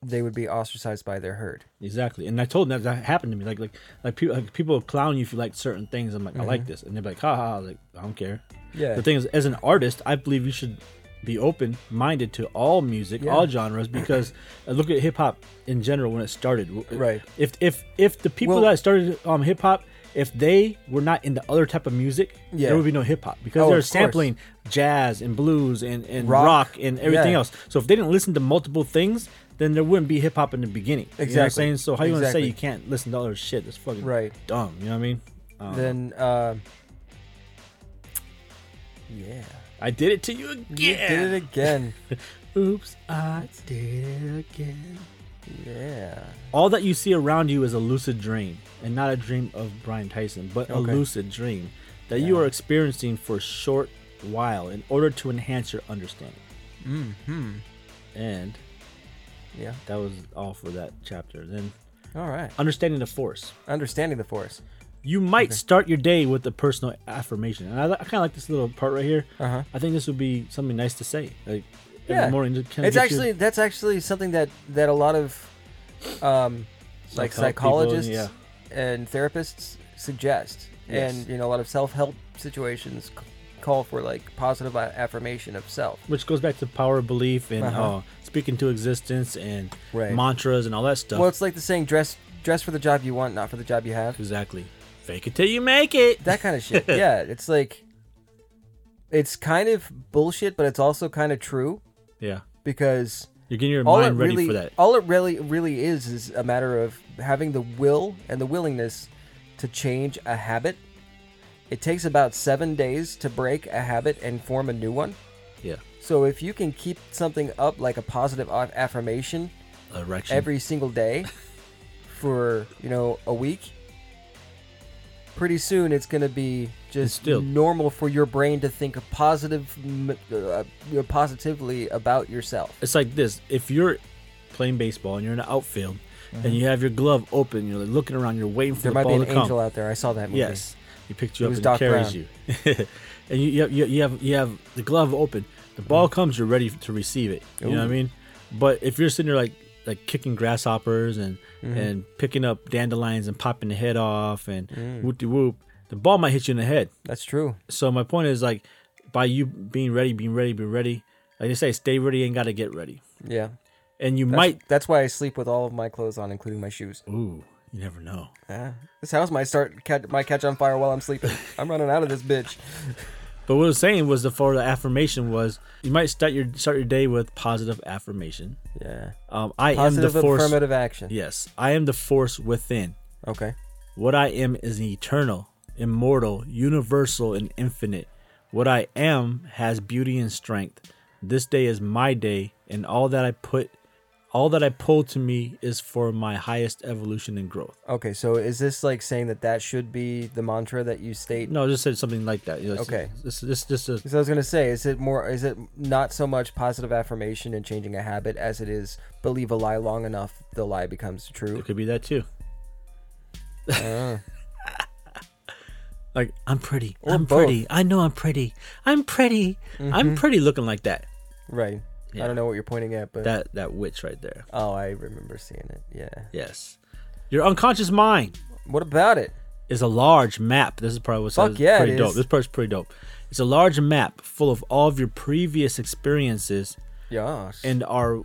they would be ostracized by their herd.
Exactly, and I told them that, that happened to me. Like, like, like people, like people clown you if you like certain things. I'm like, I
Mm-hmm.
like this, and they're like, ha ha, like I don't care.
Yeah.
The thing is, as an artist, I believe you should be open-minded to all music, all genres, because uh, look at hip hop in general when it started. W- uh,
Right.
If if if the people
Well-
that started um, hip hop, if they were not into other type of music,
Yeah.
there would be no hip hop because
Oh, of
they're
course.
sampling jazz and blues and and
Rock.
rock, and everything
Yeah.
else. So if they didn't listen to multiple things. Then there wouldn't be hip hop in the beginning. You know what I'm
Exactly.
saying? So how you want to say
Exactly.
you can't listen to other shit? That's fucking
Right.
dumb. You know what I mean? Um,
Then uh, yeah,
I did it to you
You
again.
did it again.
Oops, I did it again.
yeah.
All that you see around you is a lucid dream, and not a dream of Brian Tyson, but
Okay.
a lucid dream that you are experiencing for a short while in order to enhance your understanding. Mm-hmm. And
Yeah.
that was all for that chapter. Then
All right.
understanding the force.
Understanding the force.
You might start your day with a personal affirmation, and I, li- I kind of like this little part right here.
Uh-huh.
I think this would be something nice to say, like in
Yeah.
the morning. just kinda
it's
get you-
actually that's actually something that that a lot of um
Self-help
like psychologists
people, yeah.
and therapists suggest
Yes.
and you know a lot of self-help situations c- call for like positive a- affirmation of self
which goes back to power of belief and
Uh-huh.
uh, speaking to existence and
Right.
mantras and all that stuff.
well it's like the saying dress dress for the job you want not for the job you have
exactly. Fake it till you make it.
that kind of shit yeah it's like it's kind of bullshit but it's also kind of true
yeah,
because
you're getting your
all it
mind ready
really,
for that.
all it really really is is a matter of having the will and the willingness to change a habit. It takes about seven days to break a habit and form a new one.
Yeah,
So if you can keep something up like a positive a- affirmation
erection.
every single day for you know a week, pretty soon it's going to be just
Instilled.
normal for your brain to think positive, m- uh, positively about yourself.
it's like this: if you're playing baseball and you're in the outfield and you have your glove open, you're like, looking around, you're waiting for
Mm-hmm. There
the
might be
ball
an
to come.
angel out there. I saw that movie.
Yes, he picked you
It
up
was
and
Doc
carries you, and you, you, have, you have you have the glove open. The ball comes, you're ready to receive it. You know what I
Mm-hmm. Ooh.
mean? But if you're sitting there like like kicking grasshoppers and
Mm-hmm.
and picking up dandelions and popping the head off and
Mm.
whoop de whoop, the ball might hit you in the head.
That's true.
So my point is like by you being ready, being ready, being ready. Like they say, stay ready and gotta get ready.
Yeah.
And you
That's,
might.
that's why I sleep with all of my clothes on, including my shoes.
Ooh, you never know.
Yeah. This house might start catch, might catch on fire while I'm sleeping. I'm running out of this bitch.
But what I was saying was the for the affirmation was you might start your start your day with positive affirmation.
Yeah.
Um, I
Positive
am the force.
affirmative action.
Yes, I am the force within.
Okay.
What I am is eternal, immortal, universal, and infinite. What I am has beauty and strength. This day is my day, and all that I put All that I pull to me is for my highest evolution and growth.
Okay, so is this like saying that that should be the mantra that you state?
No, I just said something like that. You know, it's-
Okay.
This this this is
Because I was gonna say, is it more? Is it not so much positive affirmation and changing a habit as it is believe a lie long enough, the lie becomes true. Uh,
it could be that too. like I'm pretty.
Or
I'm
both. Mm-hmm.
pretty. I know I'm pretty. I'm pretty. I'm pretty looking like that.
Right. I
Yeah.
don't know what you're pointing at, but
That that witch right there.
oh, I remember seeing it. Yeah.
Yes. Your unconscious mind
What about it?
is a large map. This is probably what's
Fuck yeah,
pretty
it
dope.
is.
This part's pretty dope. It's a large map full of all of your previous experiences
Yes.
and our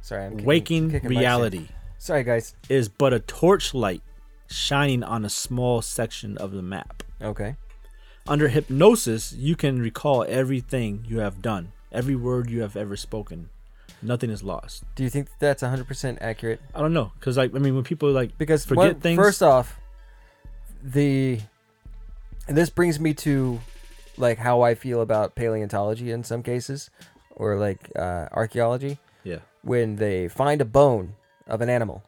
Sorry, I'm kicking-
waking
kicking my seat.
reality
Sorry, guys.
is but a torchlight shining on a small section of the map.
Okay.
Under hypnosis, you can recall everything you have done, every word you have ever spoken. Nothing is lost.
Do you think that's 100% accurate?
I don't know, cause like I mean, when people like
Because
forget
one-
things,
first off, the and this brings me to like how I feel about paleontology in some cases, or like uh, archaeology.
yeah,
when they find a bone of an animal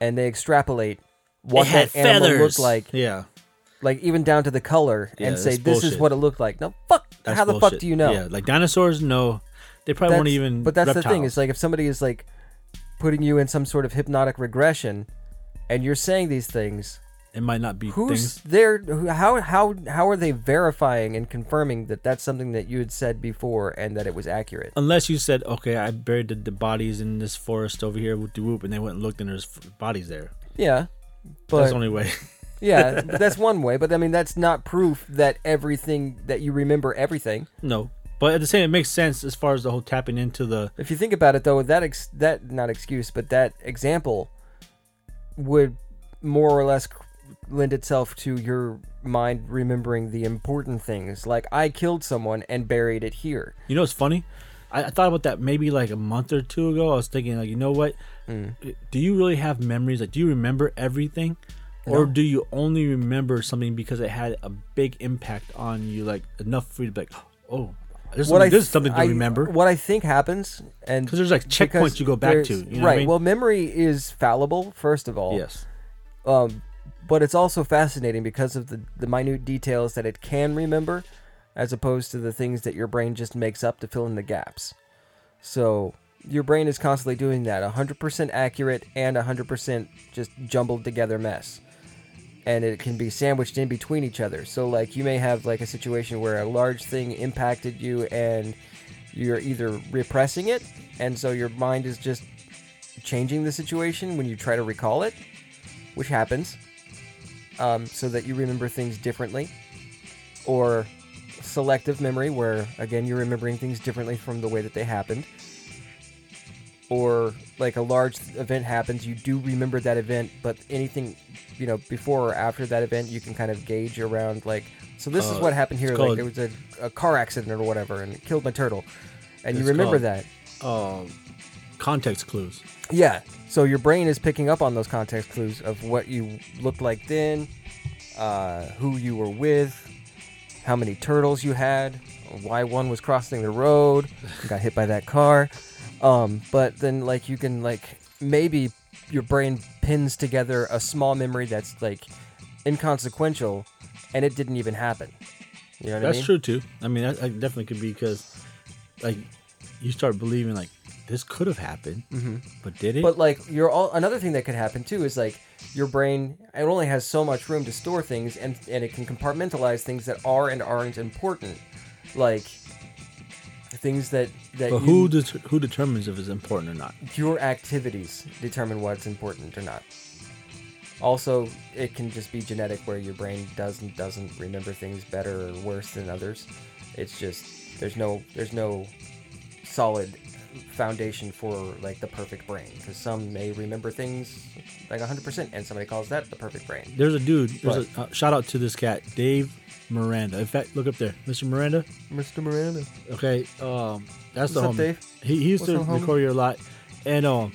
and they extrapolate
it
what
had
that animal
feathers.
looked like,
yeah,
like even down to the color,
Yeah,
and say
that's
this is
bullshit.
what it looked like. No, fuck.
that's
how the fuck
bullshit.
do you know?
Yeah, like dinosaurs, no, they probably
That's-
won't even.
But that's the thing.
reptiles.
It's like if somebody is like putting you in some sort of hypnotic regression, and you're saying these things.
it might not be
Who's
things.
there? Who, how how how are they verifying and confirming that that's something that you had said before and that it was accurate?
Unless you said, okay, I buried the, the bodies in this forest over here, whoop de whoop, and they went and looked, and there's f- bodies there.
Yeah, but
that's the only way.
yeah, but that's one way. But I mean, that's not proof that everything that you remember everything.
no, but at the same, it makes sense as far as the whole tapping into the
If you think about it, though, that ex- that not excuse, but that example would more or less lend itself to your mind remembering the important things. Like I killed someone and buried it here.
You know what's funny? I, I thought about that maybe like a month or two ago. I was thinking like, you know what?
Mm.
Uh, Do you really have memories? Like, do you remember everything, or do you only remember something because it had a big impact on you? Like enough for you to be like, oh, this, is, this is something to
I-
remember.
What I think happens, and
'Cause there's, like, checkpoints
because
you go back
there's-
to, you know what I
right.
mean?
Well, memory is fallible, first of all.
yes.
um, but it's also fascinating because of the, the minute details that it can remember as opposed to the things that your brain just makes up to fill in the gaps so your brain is constantly doing that 100% accurate and 100% just jumbled together mess and it can be sandwiched in between each other so like you may have like a situation where a large thing impacted you and you're either repressing it and so your mind is just changing the situation when you try to recall it which happens, um, so that you remember things differently, or selective memory, where again you're remembering things differently from the way that they happened, or like a large event happens, you do remember that event, but anything you know before or after that event, you can kind of gauge around like, so this is
Uh,
what happened here,
it's
like
called-
there was a, a car accident or whatever, and it killed my turtle, and you
It's
remember
called-
that.
Um, context clues.
Yeah. So your brain is picking up on those context clues of what you looked like then, uh, who you were with, how many turtles you had, why one was crossing the road, got hit by that car. Um, but then, like, you can, like, maybe your brain pins together a small memory that's, like, inconsequential and it didn't even happen. You know what
That's
I mean?
true too. I mean, that, that definitely could be because, like, you start believing like this could have happened, but did it?
Mm-hmm. But like you're all another thing that could happen too is like your brain it only has so much room to store things and and it can compartmentalize things that are and aren't important. Like things that that
but
you-
who det- who determines if it's important or not?
your activities determine what's important or not. Also, it can just be genetic where your brain does and doesn't remember things better or worse than others. It's just there's no there's no solid foundation for like the perfect brain because some may remember things like 100% and somebody calls that the perfect brain.
There's a dude. There's
What?
a, uh, shout out to this cat, Dave Miranda. In fact, look up there, Mr. Miranda.
Mr. Miranda.
Okay, um, that's the
What's up,
homie.
Dave?
He, he used
What's
to
up, homie?
record here a lot, and um,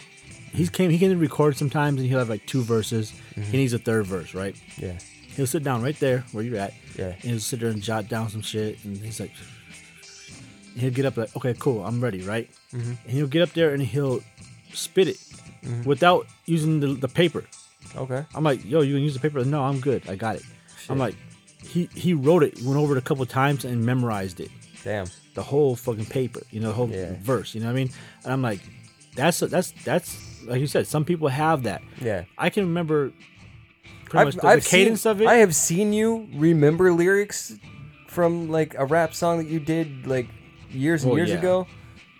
he's came. He can record sometimes, and he'll have like two verses.
Mm-hmm.
He needs a third verse, right?
Yeah.
He'll sit down right there where you're at.
Yeah.
And he'll sit there and jot down some shit, and he's like,
Mm-hmm.
he'll get up like, okay, cool, I'm ready, right? And he'll get up there and he'll spit it without using the, the paper.
Okay.
I'm like, yo, you gonna use the paper? No, I'm good. I got it. I'm like, he he wrote it, went over it a couple times and memorized it,
Damn.
the whole fucking paper, you know, the whole
Yeah.
verse. You know what I mean? And I'm like, that's that's that's like you said. Some people have that.
Yeah.
I can remember pretty much the, the
seen-
cadence of it.
I have seen you remember lyrics from like a rap song that you did like years and
Oh,
years
yeah.
ago.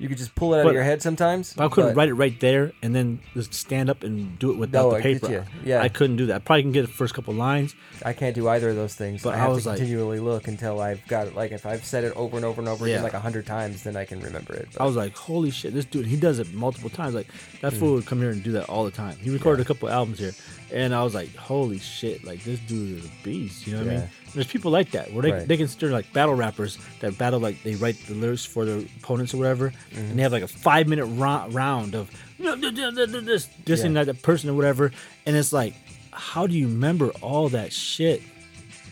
You could just pull it out
But-
of your head sometimes.
But I couldn't write it right there and then just stand up and do it without
No,
the
I get you.
paper.
Yeah.
I couldn't do that. I probably can get the first couple lines.
I can't do either of those things.
But
I
I
have
was
to
like-
continually look until I've got it. Like if I've said it over and over and over
Yeah.
again like a hundred times, then I can remember it. But
I was like, holy shit, this dude, he does it multiple times. Like, that
Hmm.
fool would come here and do that all the time. He recorded a couple albums here. And I was like, holy shit, like, this dude is a beast. You know what I
Yeah.
mean? There's people like that where they,
Right.
they consider like battle rappers that battle, like, they write the lyrics for their opponents or whatever.
Mm-hmm.
And they have like a five minute ro- round of this, this, and
Yeah.
that, that person or whatever. And it's like, how do you remember all that shit?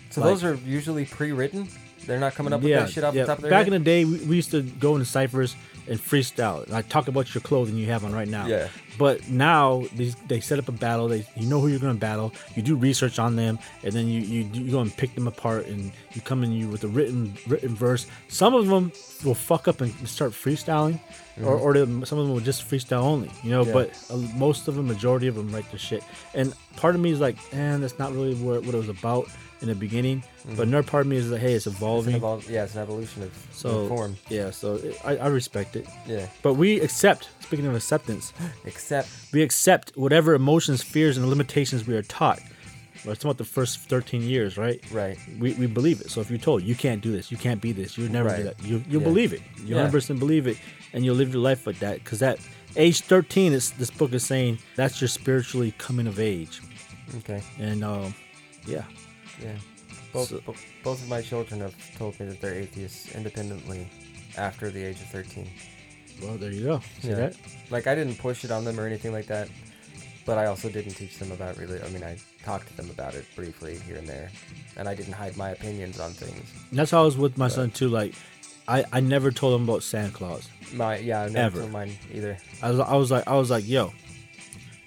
so
like-
those are usually pre-written. They're not coming up with that shit off the top of their
Back
head.
in the day, we, we used to go into ciphers and freestyle, like talk about your clothing you have on right now.
Yeah.
But now they, they set up a battle. They you know who you're going to battle. You do research on them, and then you, you you go and pick them apart, and you come in you with a written written verse. Some of them will fuck up and start freestyling, or or they- some of them will just freestyle only. You know,
Mm-hmm. Yeah.
but uh, most of them, majority of them, write their shit. And part of me is like, and that's not really what, what it was about in the beginning.
Mm-hmm.
But another part of me is like, hey, it's
It's an
evolving.
evol- yeah, it's an evolution of
So
form.
yeah, so it, I, I respect it.
Yeah.
But we accept. Speaking of acceptance,
Except
we accept whatever emotions, fears, and limitations we are taught. Well, it's about the first 13 years, right?
Right.
We, we believe it. So if you're told you can't do this, you can't be this, you'll never do
Right.
that. You you will
Yeah.
believe it. You
Yeah.
100% believe it, and you'll live your life like that. Because that age 13 is this book is saying that's your spiritually coming of age,
okay.
and um, yeah,
Yeah. Both,
So-
bo- both of my children have told me that they're atheists independently after the age of 13.
well there you go. See that?
Like, I didn't push it on them or anything like that, but I also didn't teach them about really. I mean, I talked to them about it briefly here and there, and I didn't hide my opinions on things.
And that's how I was with my son too. Like, I I never told him about Santa Claus.
My, yeah, I never
Ever.
told mine either.
I was, I was like, I was like, yo.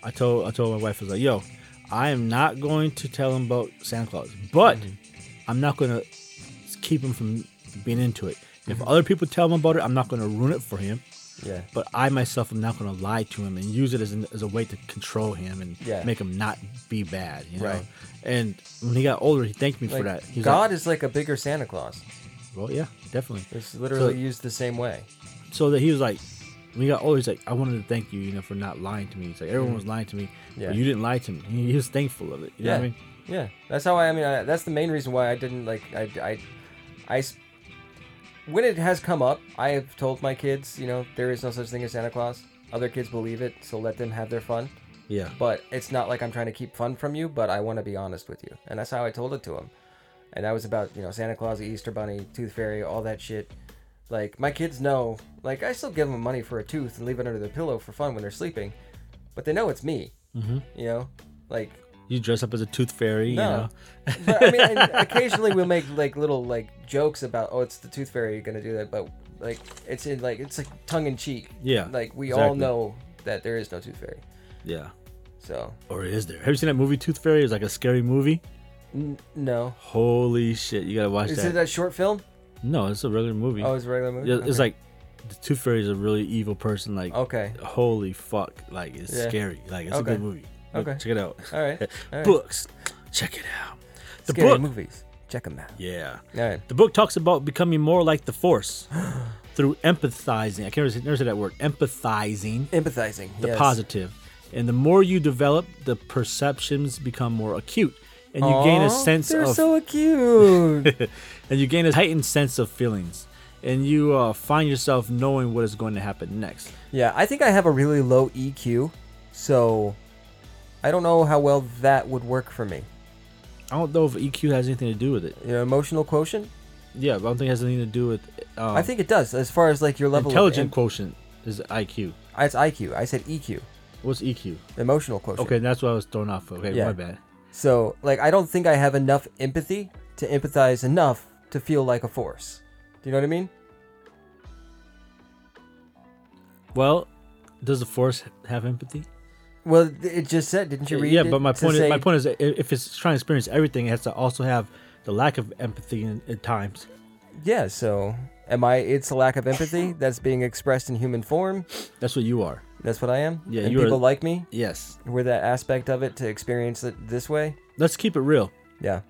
I told, I told my wife, I was like, yo, I am not going to tell him about Santa Claus, but
Mm-hmm.
I'm not going to keep him from being into it.
Mm-hmm.
If other people tell him about it, I'm not going to ruin it for him.
Yeah.
But I myself am not going to lie to him and use it as, an, as a way to control him and
Yeah.
make him not be bad. You know?
Right.
And when he got older, he thanked me
Like,
for that. He's
God
like,
is like a bigger Santa Claus.
well, yeah, definitely.
It's literally used the same way.
so that he was like, when he got older, he's like, I wanted to thank you, you know, for not lying to me. He's like, everyone was lying to me,
Mm. Yeah.
but you didn't lie to me. He, he was thankful of it. You know
yeah.
what I mean?
Yeah. That's how I, I mean, I, that's the main reason why I didn't like, I, I, I s- when it has come up, I have told my kids, you know, there is no such thing as Santa Claus. Other kids believe it, so let them have their fun.
Yeah.
But it's not like I'm trying to keep fun from you, but I want to be honest with you. And that's how I told it to him. And that was about, you know, Santa Claus, the Easter Bunny, Tooth Fairy, all that shit. Like, my kids know, like, I still give them money for a tooth and leave it under their pillow for fun when they're sleeping, but they know it's me. Mm-hmm. You know? Like,
You dress up as a tooth fairy, you know?
but, I mean, and occasionally we'll make like little like jokes about, oh, it's the Tooth Fairy gonna do that, but like it's in like it's like tongue in cheek.
Yeah,
Like we all
exactly.
know that there is no Tooth Fairy.
Yeah.
So
Or is there? Have you seen that movie Tooth Fairy? It's like a scary movie.
n- no.
Holy shit, you gotta watch
Is
that.
it a short film?
No, it's a regular movie.
Oh, it's a regular movie.
yeah, it's
Okay.
like the Tooth Fairy is a really evil person. Like,
Okay.
holy fuck, like it's
Yeah.
scary. Like it's
Okay.
a good movie. Look,
Okay.
check it out.
All right. All right.
Books, check it out. The
Scary
book.
movies. Check them out.
Yeah.
All right.
The book talks about becoming more like the Force through empathizing. I can't never say- never say that word. Empathizing,
Empathizing.
the
yes.
positive. And the more you develop, the perceptions become more acute, and you gain
Aw,
a sense
They're
of
so cute.
and you gain a heightened sense of feelings, and you uh, find yourself knowing what is going to happen next.
Yeah, I think I have a really low EQ, so I don't know how well that would work for me.
I don't know if EQ has anything to do with it.
You know, emotional quotient?
Yeah, but I don't think it has anything to do with. Um,
I think it does, as far as like your level
intelligent
of
quotient is IQ.
in- it's IQ. I said EQ,
What's EQ?
emotional quotient.
Okay, that's what I was thrown off. of. Okay,
Yeah.
my bad.
So, like, I don't think I have enough empathy to empathize enough to feel like a force. Do you know what I mean?
Well, Does the force have empathy?
Well, it just said, didn't you read?
yeah,
it
but my
to
point is,
say-
my point is, i- if it's trying to experience everything, it has to also have the lack of empathy in, at times.
Yeah, so am I? It's a lack of empathy that's being expressed in human form.
That's what you are.
That's what I am.
Yeah,
and
you are-
people like me.
Yes.
We're that aspect of it to experience it this way.
Let's keep it real.
Yeah.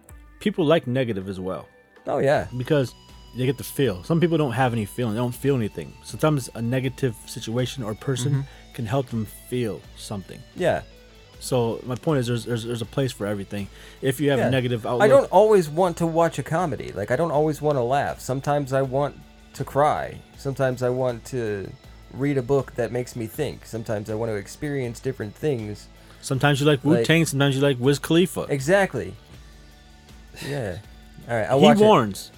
People like negative as well
Oh yeah.
because they get the feel. Some people don't have any feeling. They don't feel anything. Sometimes a negative situation or person
Mm-hmm.
can help them feel something.
Yeah.
So my point is, there's there's, there's a place for everything. If you have
yeah.
a negative outlook,
I don't always want to watch a comedy. Like I don't always want to laugh. Sometimes I want to cry. Sometimes I want to read a book that makes me think. Sometimes I want to experience different things.
Sometimes you like Wu Tang. sometimes you like Wiz Khalifa.
Exactly. Yeah. All right. I'll
he
watch it.
warns.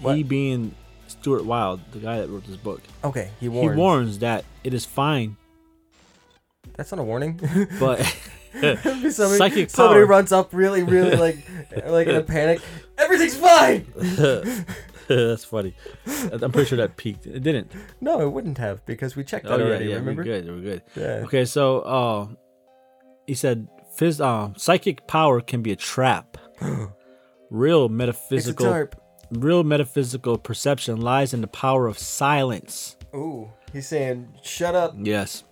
What?
He being Stuart Wilde, the guy that wrote this book.
Okay. He warns.
He warns that it is fine,
That's not a warning.
but
somebody,
Psychic
somebody
power.
runs up really, really like, like in a panic. Everything's fine.
that's funny. I'm pretty sure that peaked. It didn't.
No, it wouldn't have because we checked that
oh
already.
yeah, yeah.
remember?
We're good. We're good.
Yeah.
Okay, so uh, he said, "Phys- uh, psychic power can be a trap. Real
It's a
metaphysical,
tarp.
real metaphysical perception lies in the power of silence."
Ooh, he's saying, "Shut up."
Yes.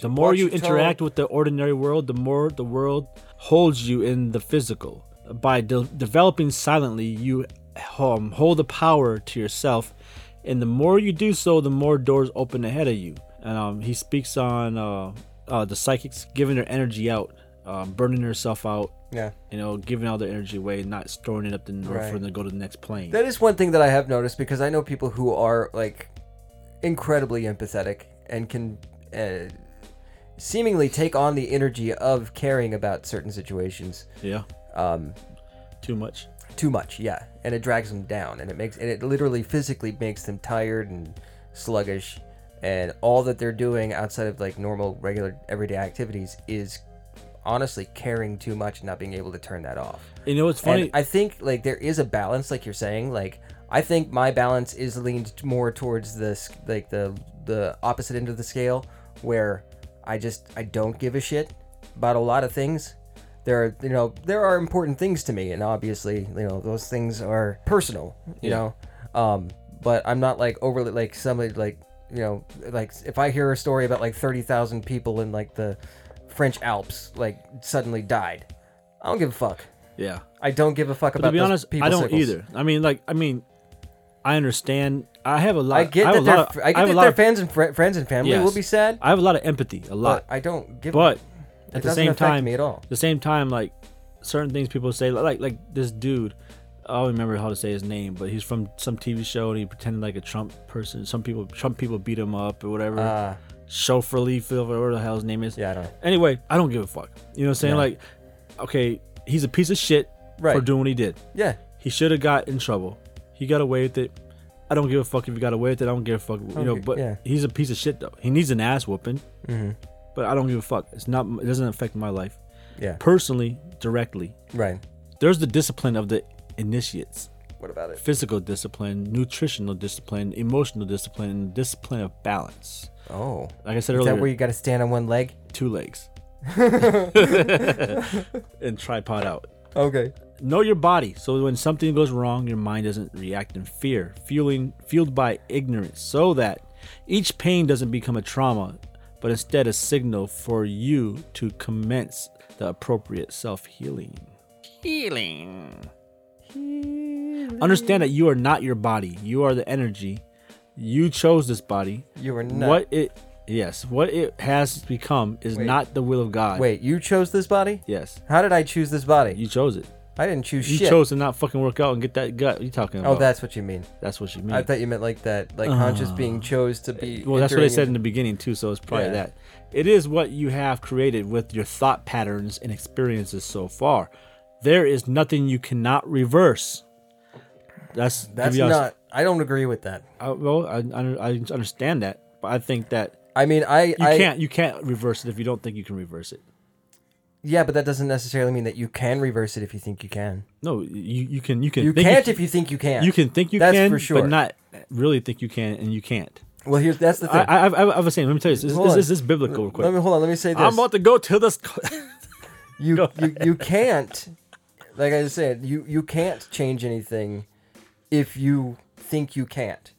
The more
watch
you
your tone.
interact with the ordinary world, the more the world holds you in the physical. By de- developing silently, you um, hold the power to yourself, and the more you do so, the more doors open ahead of you. And um, he speaks on uh, uh, the psychics giving their energy out, um, burning herself out,
Yeah.
you know, giving all their energy away, not storing it up in order
Right.
for them to go to the next plane.
That is one thing that I have noticed because I know people who are like incredibly empathetic and can uh, seemingly take on the energy of caring about certain situations
yeah.
um,
Too much.
too much. Yeah, and it drags them down, and it makes and it literally physically makes them tired and sluggish, and all that they're doing outside of like normal, regular, everyday activities is honestly caring too much and not being able to turn that off.
You know, it's funny.
And I think like there is a balance, like you're saying. Like I think my balance is leaned more towards this, like the the opposite end of the scale, where I just I don't give a shit about a lot of things. There are you know there are important things to me, and obviously you know those things are personal. You
Yeah.
know, um, but I'm not like overly like somebody like you know like if I hear a story about like thirty thousand people in like the French Alps like suddenly died, I don't give a fuck.
yeah.
I don't give a fuck
But
about.
to be
those
honest,
people
I don't
sickles.
either. I mean, like, I mean, I understand. I have a lot.
I get
have
that
a lot.
their
Of,
I get
have a
that
lot
their
of-
fans and fri friends and family
yes.
will be sad.
I have a lot of empathy, a lot.
But I don't give. a-
But
it
at the
doesn't
same
affect
time,
me at all.
the same time, like certain things people say, like like this dude. I don't remember how to say his name, but he's from some TV show and he pretended like a Trump person. Some people, Trump people beat him up or whatever.
Uh,
Chauffeur Lee, Phil, whatever the hell his name is.
Yeah, I don't know.
Anyway, I don't give a fuck. You know what I'm saying? Like, okay, he's a piece of shit for
Right.
doing what he did.
yeah,
He should have got in trouble. He got away with it. I don't give a fuck if he got away with it. I don't give a fuck. You know,
gi-
but
yeah. Mm-hmm.
he's a piece of shit though. He needs an ass whooping. But I don't give a fuck. It's not. It doesn't affect my life
yeah,
personally directly.
right.
There's the discipline of the initiates:
What about it?
physical discipline, nutritional discipline, emotional discipline, and discipline of balance.
Oh,
Like I said
is
earlier,
that where you got to stand on one leg?
two legs and tripod out.
Okay.
know your body so when something goes wrong your mind doesn't react in fear fueling fueled by ignorance so that each pain doesn't become a trauma but instead a signal for you to commence the appropriate self-healing healing understand that you are not your body you are the energy you chose this body
You are not.
what it yes what it has become is not the will of god
Wait, you chose this body?
yes
How did I choose this body?
you chose it
I didn't choose
you
shit.
chose to not fucking work out and get that gut. You talking
Oh,
about?
that's what you mean.
that's what you mean.
I thought you meant like that, like conscious being chose to be.
Ah. well, that's what I
entering
said in the beginning too. So it's probably
Yeah.
that. It is what you have created with your thought patterns and experiences so far. There is nothing you cannot reverse. That's to
That's
be honest,
not. I don't agree with that.
I, well, I, I, I understand that, but I think that
I mean, I
you
I,
can't you can't reverse it if you don't think you can reverse it.
Yeah, but that doesn't necessarily mean that you can reverse it if you think you can.
No, you you can you can
You
think
can't if you think you can.
you can think you
That's
can
for sure.
but not really think you can and you can't.
Well, here's that's the thing.
I, I, I've, I've I've seen. Let me tell you, this,
Hold
this,
on.
this, this is biblical. Real quick.
Let me hold on. Let me say this.
I'm about to go to this.
you, you you can't like I said you you can't change anything if you think you can't.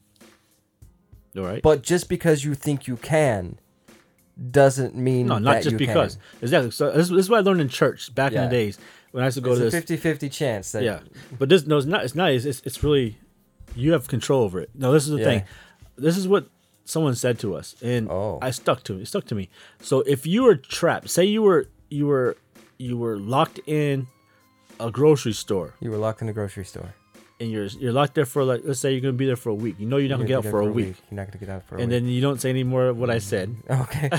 All right.
But just because you think you can doesn't mean
no, not
that
just
you
because.
can.
Exactly. So this, this is what I learned in church back in
Yeah.
the days when I used to go to
It's
this.
a 50-50 chance that
yeah, but this no, it's not. It's not. It's, it's, it's really you have control over it. No, this is the
Yeah.
thing. This is what someone said to us, and
Oh.
I stuck to it. It stuck to me. So if you were trapped, say you were you were you were locked in a grocery store,
you were locked in a grocery store.
and you're you're locked there for like let's say you're gonna be there for a week. You know you're not gonna
You're
get
gonna
out for
be
a week,
You're not gonna get out for a
and
week.
then you don't say any more of what I said.
okay.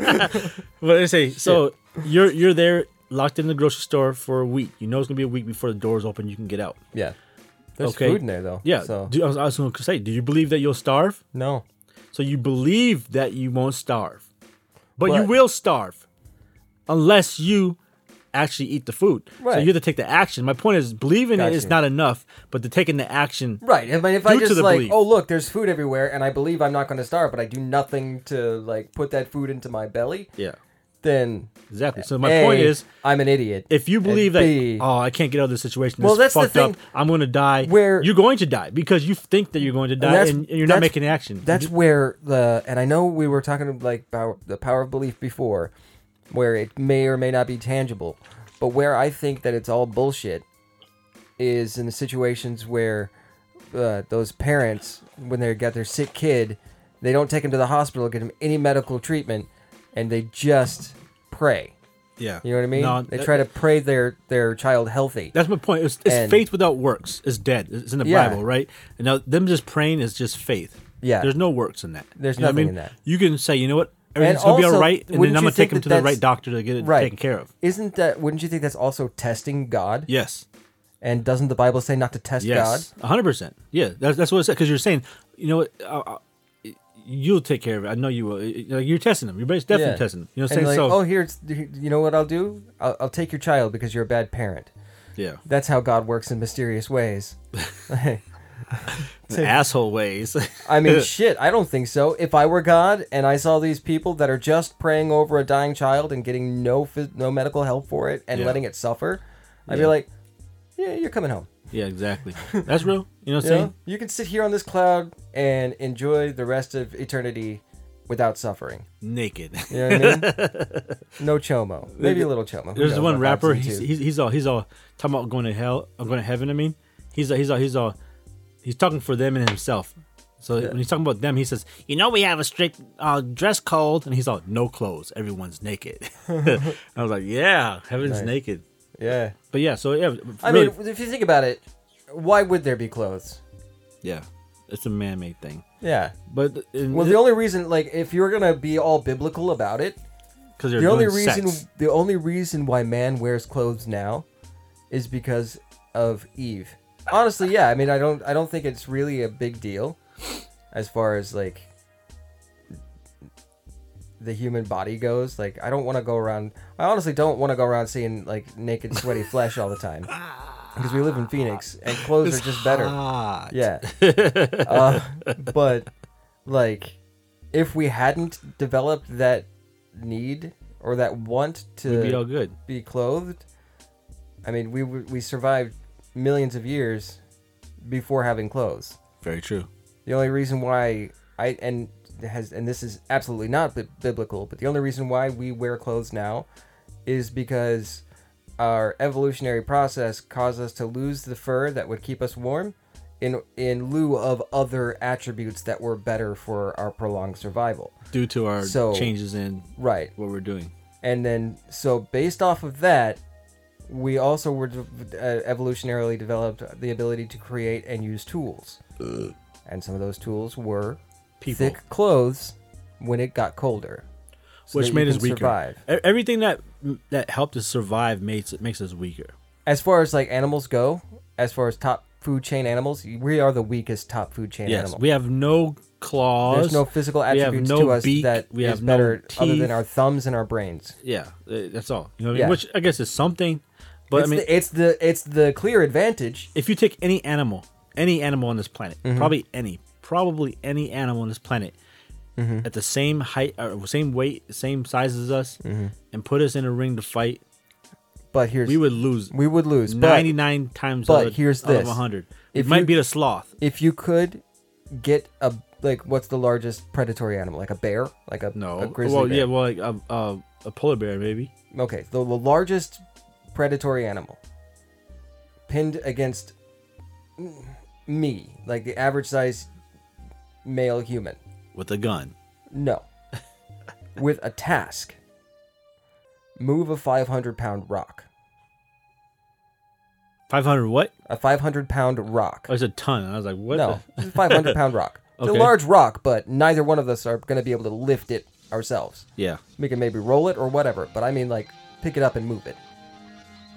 But I say so you're you're there locked in the grocery store for a week. You know it's gonna be a week before the doors open. You can get out.
yeah. There's
Okay.
food in there though.
Yeah.
So
Do, I, was, I was going to say, do you believe that you'll starve?
no.
So you believe that you won't starve, but, you
But-
will starve unless you actually eat the food. So
Right.
you have to take the action. My point is, believing it is
Gotcha.
not enough, but the taking the action.
Right. I mean, if I
Due to
just
the
like,
belief.
oh look, there's food everywhere, and I believe I'm not going to starve, but I do nothing to like put that food into my belly,
Yeah.
then
Exactly. So my
A,
point is,
I'm an idiot.
if you believe that,
And B,
oh, I can't get out of this situation.
Well,
this
that's the
fucked up.
thing
I'm going to die.
where-
you're going to die because you think that you're going to die,
that's-
and, and you're not
that's-
making action. You
that's
ju-
where the and I know we were talking like about the power of belief before, where it may or may not be tangible, but where I think that it's all bullshit is in the situations where uh, those parents, when they got their sick kid, they don't take him to the hospital, get him any medical treatment, and they just pray.
yeah.
You know what I mean?
No,
they
that-
try to pray their their child healthy.
That's my point. It's, it's
And-
faith without works is dead. It's in the
Yeah.
Bible, right? And now them just praying is just faith.
Yeah.
There's no works in that.
There's
you know what I
nothing
mean?
in that.
You can say, you know what, everything's gonna be
also,
all right, and then
wouldn't
I'm
you
gonna take
think
them
that
to the
that's-
right doctor to get it
right.
taken care of.
Isn't that? Wouldn't you think that's also testing God?
Yes.
And doesn't the Bible say not to test
Yes.
God?
A hundred percent. Yeah. That's that's what it said. Because you're saying, you know what. Uh, uh, You'll take care of it. I know you will. It- it- You're testing them. You're bas- definitely
Yeah.
testing them. You know what I'm
And
saying?
like,
so,
oh, here's you know what I'll do? I'll, I'll take your child because you're a bad parent.
yeah.
That's how God works in mysterious ways.
Asshole ways.
I mean, shit, I don't think so. If I were God and I saw these people that are just praying over a dying child and getting no phys- no medical help for it and
Yeah.
letting it suffer, I'd be
Yeah.
like, yeah, you're coming home.
yeah, exactly. That's real. You know what I'm
You, know?
saying?
You can sit here on this cloud and enjoy the rest of eternity without suffering.
Naked.
You know what I mean? no chomo. Maybe a little chomo. Who
There's
knows
one
what
rapper.
happens in
He's,
two?
he's he's all he's all talking about going to hell. I'm going to heaven. I mean, he's all, he's all, he's all he's talking for them and himself. So when he's talking about them, he says, "You know, we have a strict uh, dress code," and he's all, "No clothes. Everyone's naked." I was like, "Yeah, heaven's
Nice.
naked."
yeah.
But yeah, so yeah,
I
really-
mean, if you think about it, why would there be clothes?
yeah, it's a man-made thing.
Yeah.
But uh, in,
Well, the only reason, like, if you're gonna be all biblical about it,
because they're
the only
doing
reason,
sex.
the only reason why man wears clothes now, is because of Eve. Honestly, yeah. I mean, I don't, I don't think it's really a big deal, as far as like the human body goes. Like, I don't want to go around. I honestly don't want to go around seeing like naked, sweaty flesh all the time, because we live in Phoenix and clothes are just better.
Ah,
Yeah. uh, but like if we hadn't developed that need or that want
it'd be all
to
good.
be clothed, I mean, we would- we survived millions of years before having clothes.
Very true.
The only reason why I and has and this is absolutely not bi- biblical, but the only reason why we wear clothes now is because our evolutionary process caused us to lose the fur that would keep us warm in in lieu of other attributes that were better for our prolonged survival.
Due to our
So-
changes in
Right.
what we're doing.
And then so based off of that we also were de- uh, evolutionarily developed the ability to create and use tools. And some of those tools were
People.
thick clothes when it got colder, so
which
that
made
you
us
can
weaker.
Survive.
E- Everything that that helped us survive makes makes us weaker.
As far as like animals go, as far as top food chain animals, we are the weakest top food chain
Yes,
animal.
we have no claws.
There's no physical
we have
attributes
no
to us
beak,
that
we
is
have no
better other
teeth.
than our thumbs and our brains.
Yeah, uh, that's all. You know what I mean?
Yeah.
Which I guess is something, but
it's,
I mean,
the, it's the it's the clear advantage. Mm-hmm.
if you take any animal, any animal on this planet, probably any, probably any animal on this planet
Mm-hmm.
at the same height, or same weight, same size as us,
Mm-hmm.
and put us in a ring to fight,
But here's
we would lose.
we would lose. but-
99 times
but
out of,
here's
out of
this.
100
If
it might
you-
be the sloth
if you could get a like what's the largest predatory animal like a bear like a
no
a grizzly
well
bear.
yeah well like a, a, a polar bear maybe
okay the, the largest predatory animal pinned against m- me like the average size male human
with a gun
no with a task move a 500 pound rock
500 what
a 500 pound rock
oh it's a ton i was like what
no
the-
it's a 500 pound rock it's
Okay.
a large rock but neither one of us are going to be able to lift it ourselves
yeah
We can maybe roll it or whatever, but I mean, like, pick it up and move it.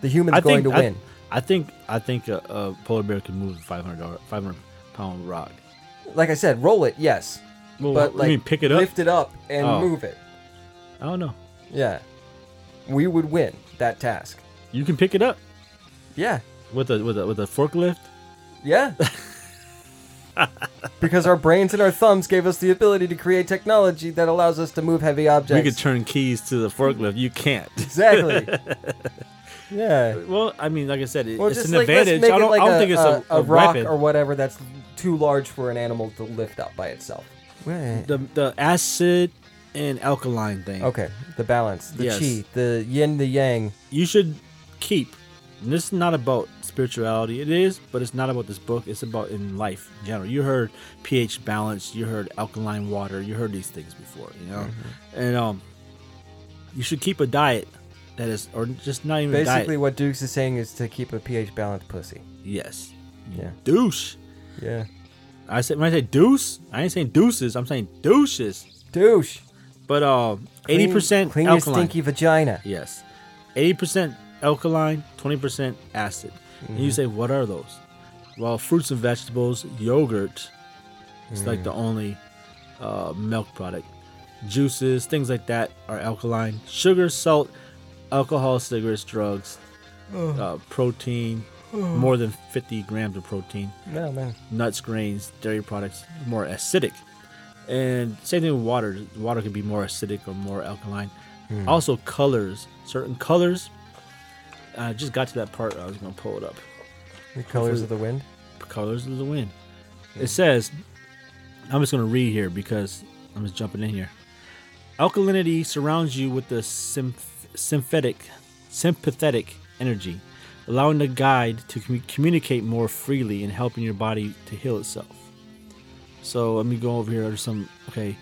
The human's
i
going
think
to
I,
win.
I think i think a, a polar bear could move a 500 dollar 500 pound rock
Like I said, roll it, yes.
well
but,
what-
like,
you mean pick it up
lift it up and
Oh.
move it.
i don't know
Yeah. We would win that task.
you can pick it up
Yeah.
with a with a with a forklift
Yeah. because our brains and our thumbs gave us the ability to create technology that allows us to move heavy objects.
we could turn keys to the forklift you can't
exactly. yeah.
well i mean like i said it,
Well,
it's
just
an
like, let's
advantage
make
i
it
don't,
like
I don't think it's a, a
rock
weapon.
or whatever that's too large for an animal to lift up by itself.
the the acid and alkaline thing.
Okay, the balance, the
Yes.
chi, the yin, the yang.
You should keep. And this is not about spirituality. It is, but it's not about this book. It's about in life in general. You heard pH balance. You heard alkaline water. You heard these things before. You know,
Mm-hmm.
and um, you should keep a diet that is, or just not even
Basically,
a diet.
what Dukes is saying is to keep a pH balanced pussy.
Yes.
Yeah.
Douche.
Yeah.
I said when I say deuce, I ain't saying deuces. I'm saying douches.
Douche.
But um, eighty percent
Clean
alkaline.
your stinky vagina.
Yes. 80% alkaline, 20% acid. And
Mm-hmm.
you say, what are those? Well, fruits and vegetables, yogurt It's
Mm.
like the only uh, milk product. Juices, things like that are alkaline. Sugar, salt, alcohol, cigarettes, drugs, uh, protein, more than 50 grams of protein
No man.
nuts, grains, dairy products more acidic. And same thing with water. Water can be more acidic or more alkaline. Also, colors. Certain colors. I just got to that part. I was going to pull it up.
The colors of the wind.
Colors of the wind. It says, I'm just going to read here because I'm just jumping in here. Alkalinity surrounds you with the symph- sympathetic, sympathetic energy, allowing the guide to commu- communicate more freely and helping your body to heal itself. So let me go over here. There's some okay.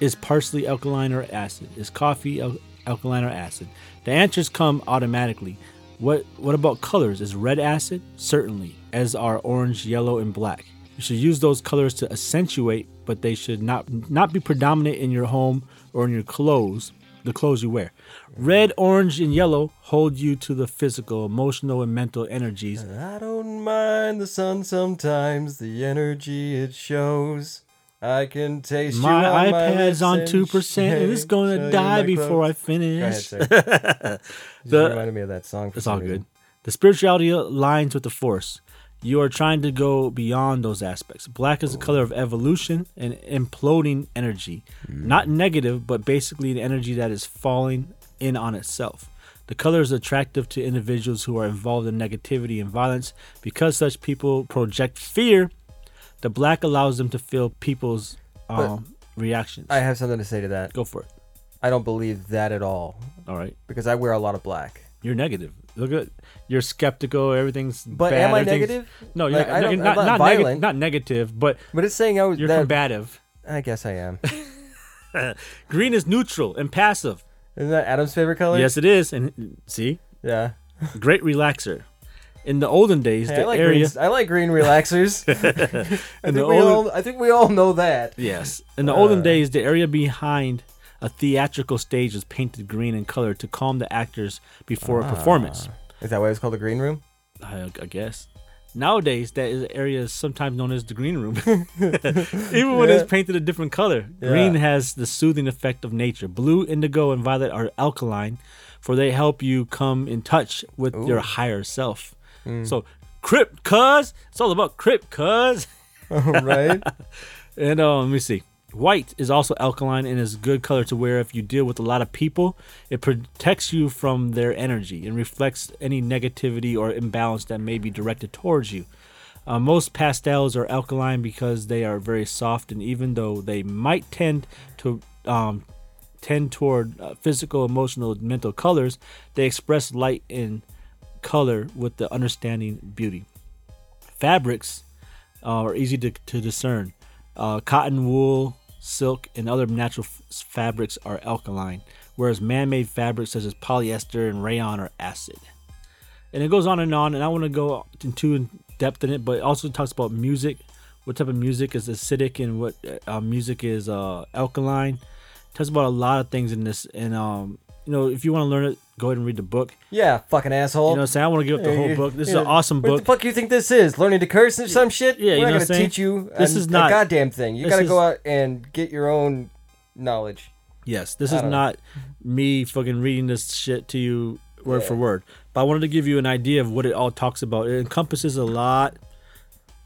Is parsley alkaline or acid? Is coffee al- alkaline or acid? The answers come automatically. What What about colors? Is red acid? Certainly, as are orange, yellow, and black. You should use those colors to accentuate, but they should not not be predominant in your home or in your clothes. The clothes you wear. Red, orange, and yellow hold you to the physical, emotional, and mental energies.
I don't mind the sun sometimes. The energy it shows. I can taste you
My
on my
iPad's
lips
on
and
two percent, and it's
shake
gonna
till
die
you're my
before I
clothes. Go ahead,
finish.
sir.
The-
Just reminded me of that song. for
It's
some
all
reason.
good. The spirituality aligns with the force. You are trying to go beyond those aspects. Black is the color of evolution and imploding energy. Not negative, but basically the energy that is falling in on itself. The color is attractive to individuals who are involved in negativity and violence because such people project fear. The black allows them to feel people's um, reactions.
I have something to say to that.
Go for it.
I don't believe that at all
All right.
because I wear a lot of black.
You're negative. Look at you're skeptical. Everything's
But
bad,
am I
everything's-
negative?
No, you're
Like, I
not,
don't-
you're
I'm
not,
not
not, nega-
violent.
not negative, but
But it's saying I was
you're
that,
combative.
I guess I am.
Green is neutral and passive.
Isn't that Adam's favorite color?
yes, it is. And see,
Yeah.
great relaxer. In the olden days,
Hey, I
the
like
area.
green. I like green relaxers. I, think
the
we
olden-
all, I think we all know that.
Yes. In the
Uh,
olden days, the area behind a theatrical stage was painted green in color to calm the actors before
Ah.
a performance.
Is that why it's called the green room?
I, I guess. Nowadays, that is area is sometimes known as the green room. Even when
Yeah.
it's painted a different color, green has the soothing effect of nature. Blue, indigo, and violet are alkaline, for they help you come in touch with your higher self. So, crip, cuz it's all about crip, cuz
Oh, right?
And uh, let me see. White is also alkaline and is a good color to wear if you deal with a lot of people. It protects you from their energy and reflects any negativity or imbalance that may be directed towards you. Uh, most pastels are alkaline because they are very soft, and even though they might tend to um, tend toward uh, physical, emotional, and mental colors, they express light and color with the understanding beauty. Fabrics uh, are easy to, to discern. Uh, cotton, wool, silk, and other natural f- fabrics are alkaline, whereas man made fabrics such as polyester and rayon are acid. And it goes on and on, and I want to go into in depth in it, but it also talks about music, what type of music is acidic and what uh, music is uh, alkaline. talks about a lot of things in this, and um, you know, if you want to learn it, go ahead and read the book.
Yeah, fucking
You
asshole.
know what I'm saying? I want to give up the whole book. This is an awesome
What
book.
the fuck you think this is? Learning to curse or some shit?
yeah, you know
We're not
what
gonna
I'm saying?
teach you.
This
an-
is not-
a goddamn thing. You
this
gotta go
is-
out and get your own knowledge.
Yes, this is
don't-
not me fucking reading this shit to you word for word. But I wanted to give you an idea of what it all talks about. It encompasses a lot.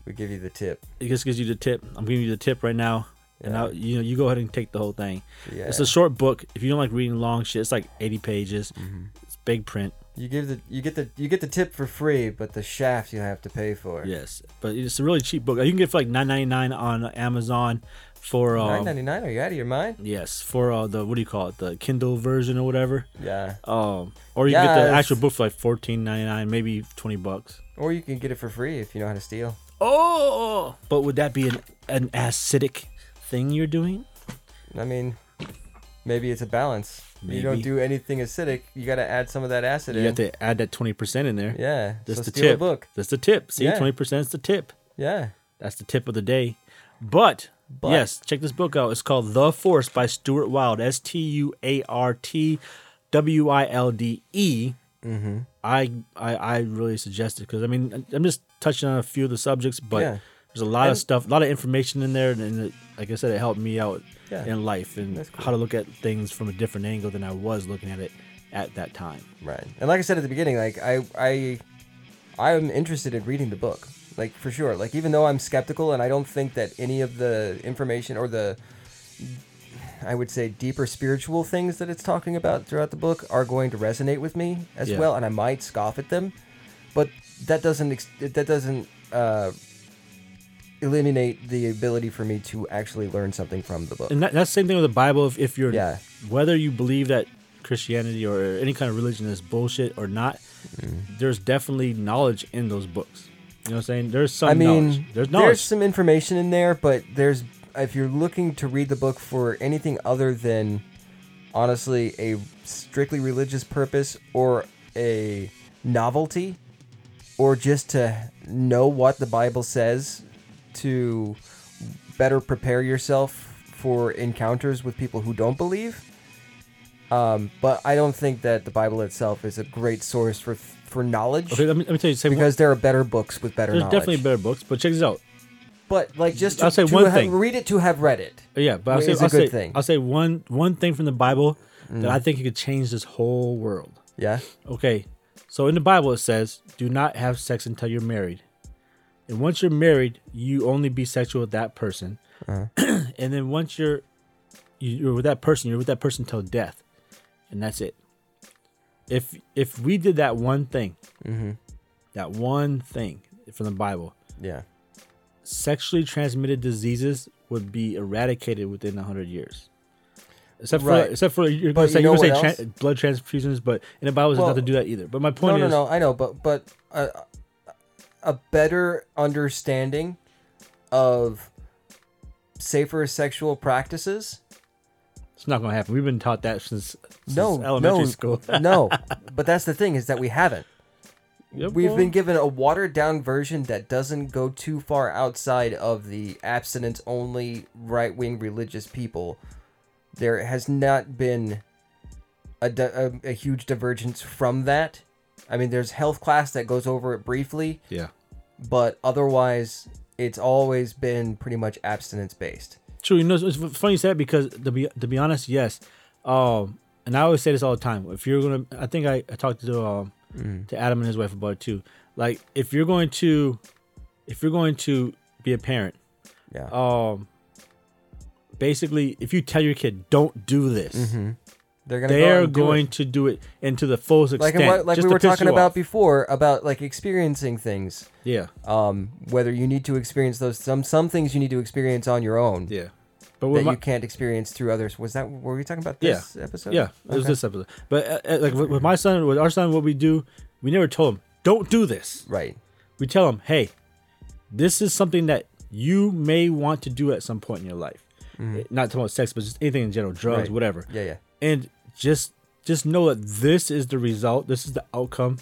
We give you the tip.
It just gives you the tip. I'm giving you the tip right now. And I, you know, you go ahead and take the whole thing. It's
Yeah.
a short book. If you don't like reading long shit, it's like 80 pages.
Mm-hmm.
It's big print.
You give the you get the you get the tip for free, but the shaft you have to pay for.
Yes, but it's a really cheap book. You can get it for like 9.99 on Amazon for
Nine
um,
ninety nine? Are you out of your mind?
yes for uh, the what do you call it the Kindle version or whatever.
Yeah.
Um, or you get the
Yes.
actual book for like fourteen ninety nine, maybe twenty bucks.
Or you can get it for free if you know how to steal.
Oh, but would that be an an acidic thing you're doing?
I mean, maybe it's a balance. You don't
Maybe.
do anything acidic. You gotta add some of that acid
You
in.
have to add that twenty percent in there.
yeah.
that's
so
the
steal
tip.
the book.
That's the tip. See,
Yeah.
twenty percent is the tip.
Yeah.
That's the tip of the day. But,
But.
yes, check this book out. It's called The Force by Stuart Wilde. S T U A R T W I L D E.
Mm-hmm.
I I I really suggest it because I mean I'm just touching on a few of the subjects, but
Yeah.
there's a lot of
And-
stuff, a lot of information in there, and it, like I said, it helped me out
Yeah.
in life and
That's cool.
how to look at things from a different angle than I was looking at it at that time.
Right. And like I said at the beginning, like I I I'm interested in reading the book. Like for sure. Like even though I'm skeptical and I don't think that any of the information or the I would say deeper spiritual things that it's talking about throughout the book are going to resonate with me as
Yeah.
well and I might scoff at them, but that doesn't ex- that doesn't uh eliminate the ability for me to actually learn something from the book.
and that, that's the same thing with the Bible. If, if you're,
Yeah.
whether you believe that Christianity or any kind of religion is bullshit or not,
Mm-hmm.
there's definitely knowledge in those books. You know what I'm saying? There's some
I mean,
knowledge. There's
there's,
knowledge.
some information in there, but there's if you're looking to read the book for anything other than honestly a strictly religious purpose or a novelty or just to know what the Bible says to better prepare yourself for encounters with people who don't believe. Um, but I don't think that the Bible itself is a great source for for knowledge
okay, let me, let me tell you. Say one,
because there are better books with better
there's
knowledge.
definitely better books, but check this out.
But like, just to,
I'll say
to
one
have-
thing.
read it to have read it.
Uh, Yeah, but I'll
Wait,
say,
it's a
I'll,
good
say
thing. Mm.
I'll say one one thing from the Bible that I think it could change this whole world.
Yeah,
Okay, so in the Bible it says, "Do not have sex until you're married." And once you're married, you only be sexual with that person. and then once you're you- you're with that person, you're with that person till death, and that's it. If if we did that one thing, that one thing from the Bible,
yeah,
sexually transmitted diseases would be eradicated within 100 years. Except for,
Right.
except for you're going to
you
say,
know
you're gonna
what
say
else?
tran- blood transfusions, but in the Bible, it says
Well,
not to do that either. But my
No,
point
no,
is,
no. I know, but but a, a better understanding of safer sexual practices.
it's not going to happen. We've been taught that since, since
No,
elementary
no,
school.
no. But that's the thing is that we haven't.
Yep,
We've
well,
been given a watered down version that doesn't go too far outside of the abstinence only right wing religious people. There has not been a, di- a, a huge divergence from that. I mean, there's health class that goes over it briefly,
Yeah,
but otherwise, it's always been pretty much abstinence based.
true. You know, it's it's funny you said that because to be to be honest, yes. Um, and I always say this all the time. If you're gonna, I think I, I talked to um to Adam and his wife about it too. Like, if you're going to, if you're going to be a parent,
Yeah.
Um, basically, if you tell your kid, "Don't do this,"
Mm-hmm. They're gonna.
they're
go
going
to
to do it into the fullest
like
extent.
and what, like
just
we
to
were
piss
talking
you
about
off.
before about like experiencing things.
yeah,
Um, whether you need to experience those some some things you need to experience on your own
yeah. But
that
with my-
you can't experience through others. Was that were we talking about
Yeah.
this episode?
Yeah, it was this episode. But uh, uh, like with, with my son, with our son, what we do, we never told him, "Don't do this."
Right.
We tell him, "Hey, this is something that you may want to do at some point in your life." Eh, Not talking about sex, but just anything in general, drugs,
Mm-hmm. Right.
whatever.
Yeah, yeah.
and just just know that this is the result this is the outcome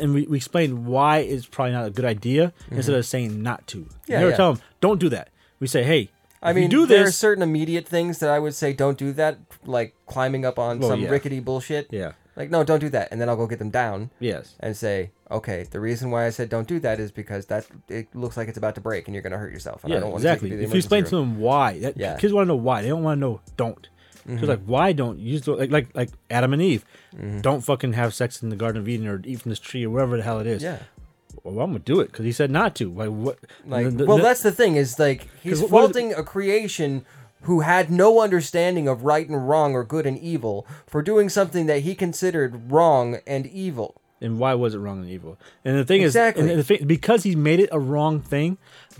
and we, we explain why it's probably not a good idea instead of saying not to
Mm-hmm. Yeah,
yeah, never
yeah.
tell them don't do that we say hey
I
if
mean,
you do
there are
this
certain immediate things that I would say don't do that, like climbing up on
Well,
some
yeah.
rickety bullshit.
yeah
Like, no, don't do that. And then I'll go get them down
yes
and say, okay, the reason why I said don't do that is because that it looks like it's about to break and you're going to hurt yourself. And I
yeah
don't want
exactly
to take
if you explain to them why that,
Yeah. Mm-hmm.
kids want to know why they don't want to know don't so like why don't you just don't- like like like adam and eve
Mm-hmm.
don't fucking have sex in the garden of eden or eat from this tree or wherever the hell it is
Yeah.
well i'm gonna do it because he said not to like what
Like,
the- the-
well,
the-
that's the thing is like he's
'Cause what- what is-
faulting a creation who had no understanding of right and wrong or good and evil for doing something that he considered wrong and evil.
and why was it wrong and evil? And the thing
Exactly.
is, and the thing, because he made it a wrong thing,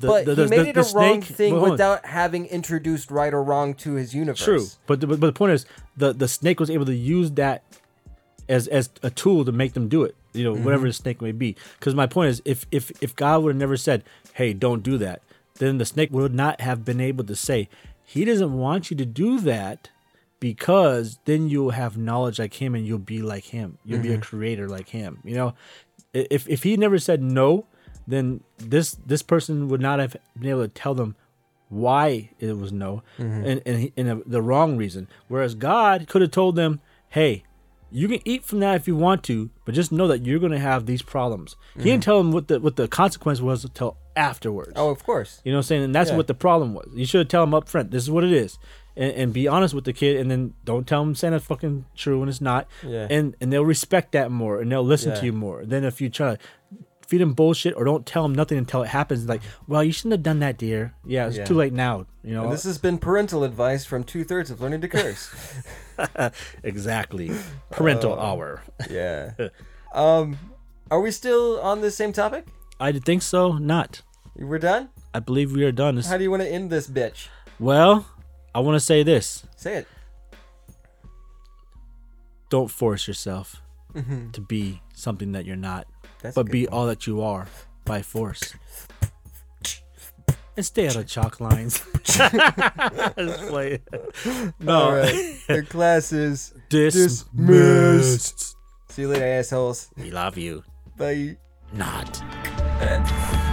the,
But
the, the,
he made
the-
it
the
a wrong
snake-
thing
well, hold on.
without having introduced right or wrong to his universe.
True, but the, but the point is, the the snake was able to use that as as a tool to make them do it. You know, whatever the snake may be. Because my point is, if if if God would have never said, "Hey, don't do that," then the snake would not have been able to say, "He doesn't want you to do that." Because then you'll have knowledge like him, and you'll be like him. You'll be a creator like him. You know, I- if if he never said no, then this this person would not have been able to tell them why it was no and, and, he, and the wrong reason whereas god could have told them hey you can eat from that if you want to but just know that you're going to have these problems he didn't tell them what the what the consequence was until afterwards
Oh, of course.
you know what i'm saying and that's
Yeah.
what the problem was you should tell him up front this is what it is and, and be honest with the kid and then don't tell him santa's fucking true when it's not
Yeah.
and and they'll respect that more and they'll listen
Yeah.
to you more than if you try to feed them bullshit or don't tell them nothing until it happens like well you shouldn't have done that dear yeah it's
Yeah.
too late now you know
And this has been parental advice from two thirds of learning to curse.
exactly parental
Uh,
hour
yeah. Um, are we still on the same topic?
i think so not
We're done.
i believe we are done This-
How do you want to end this bitch?
well i want to say this
Say it.
don't force yourself
Mm-hmm.
to be something that you're not
That's
but
good.
be all that you are by force and stay out of chalk lines Just play it. no
All right. the class is
dismissed
See you later, assholes.
we love you
Bye.
not
That's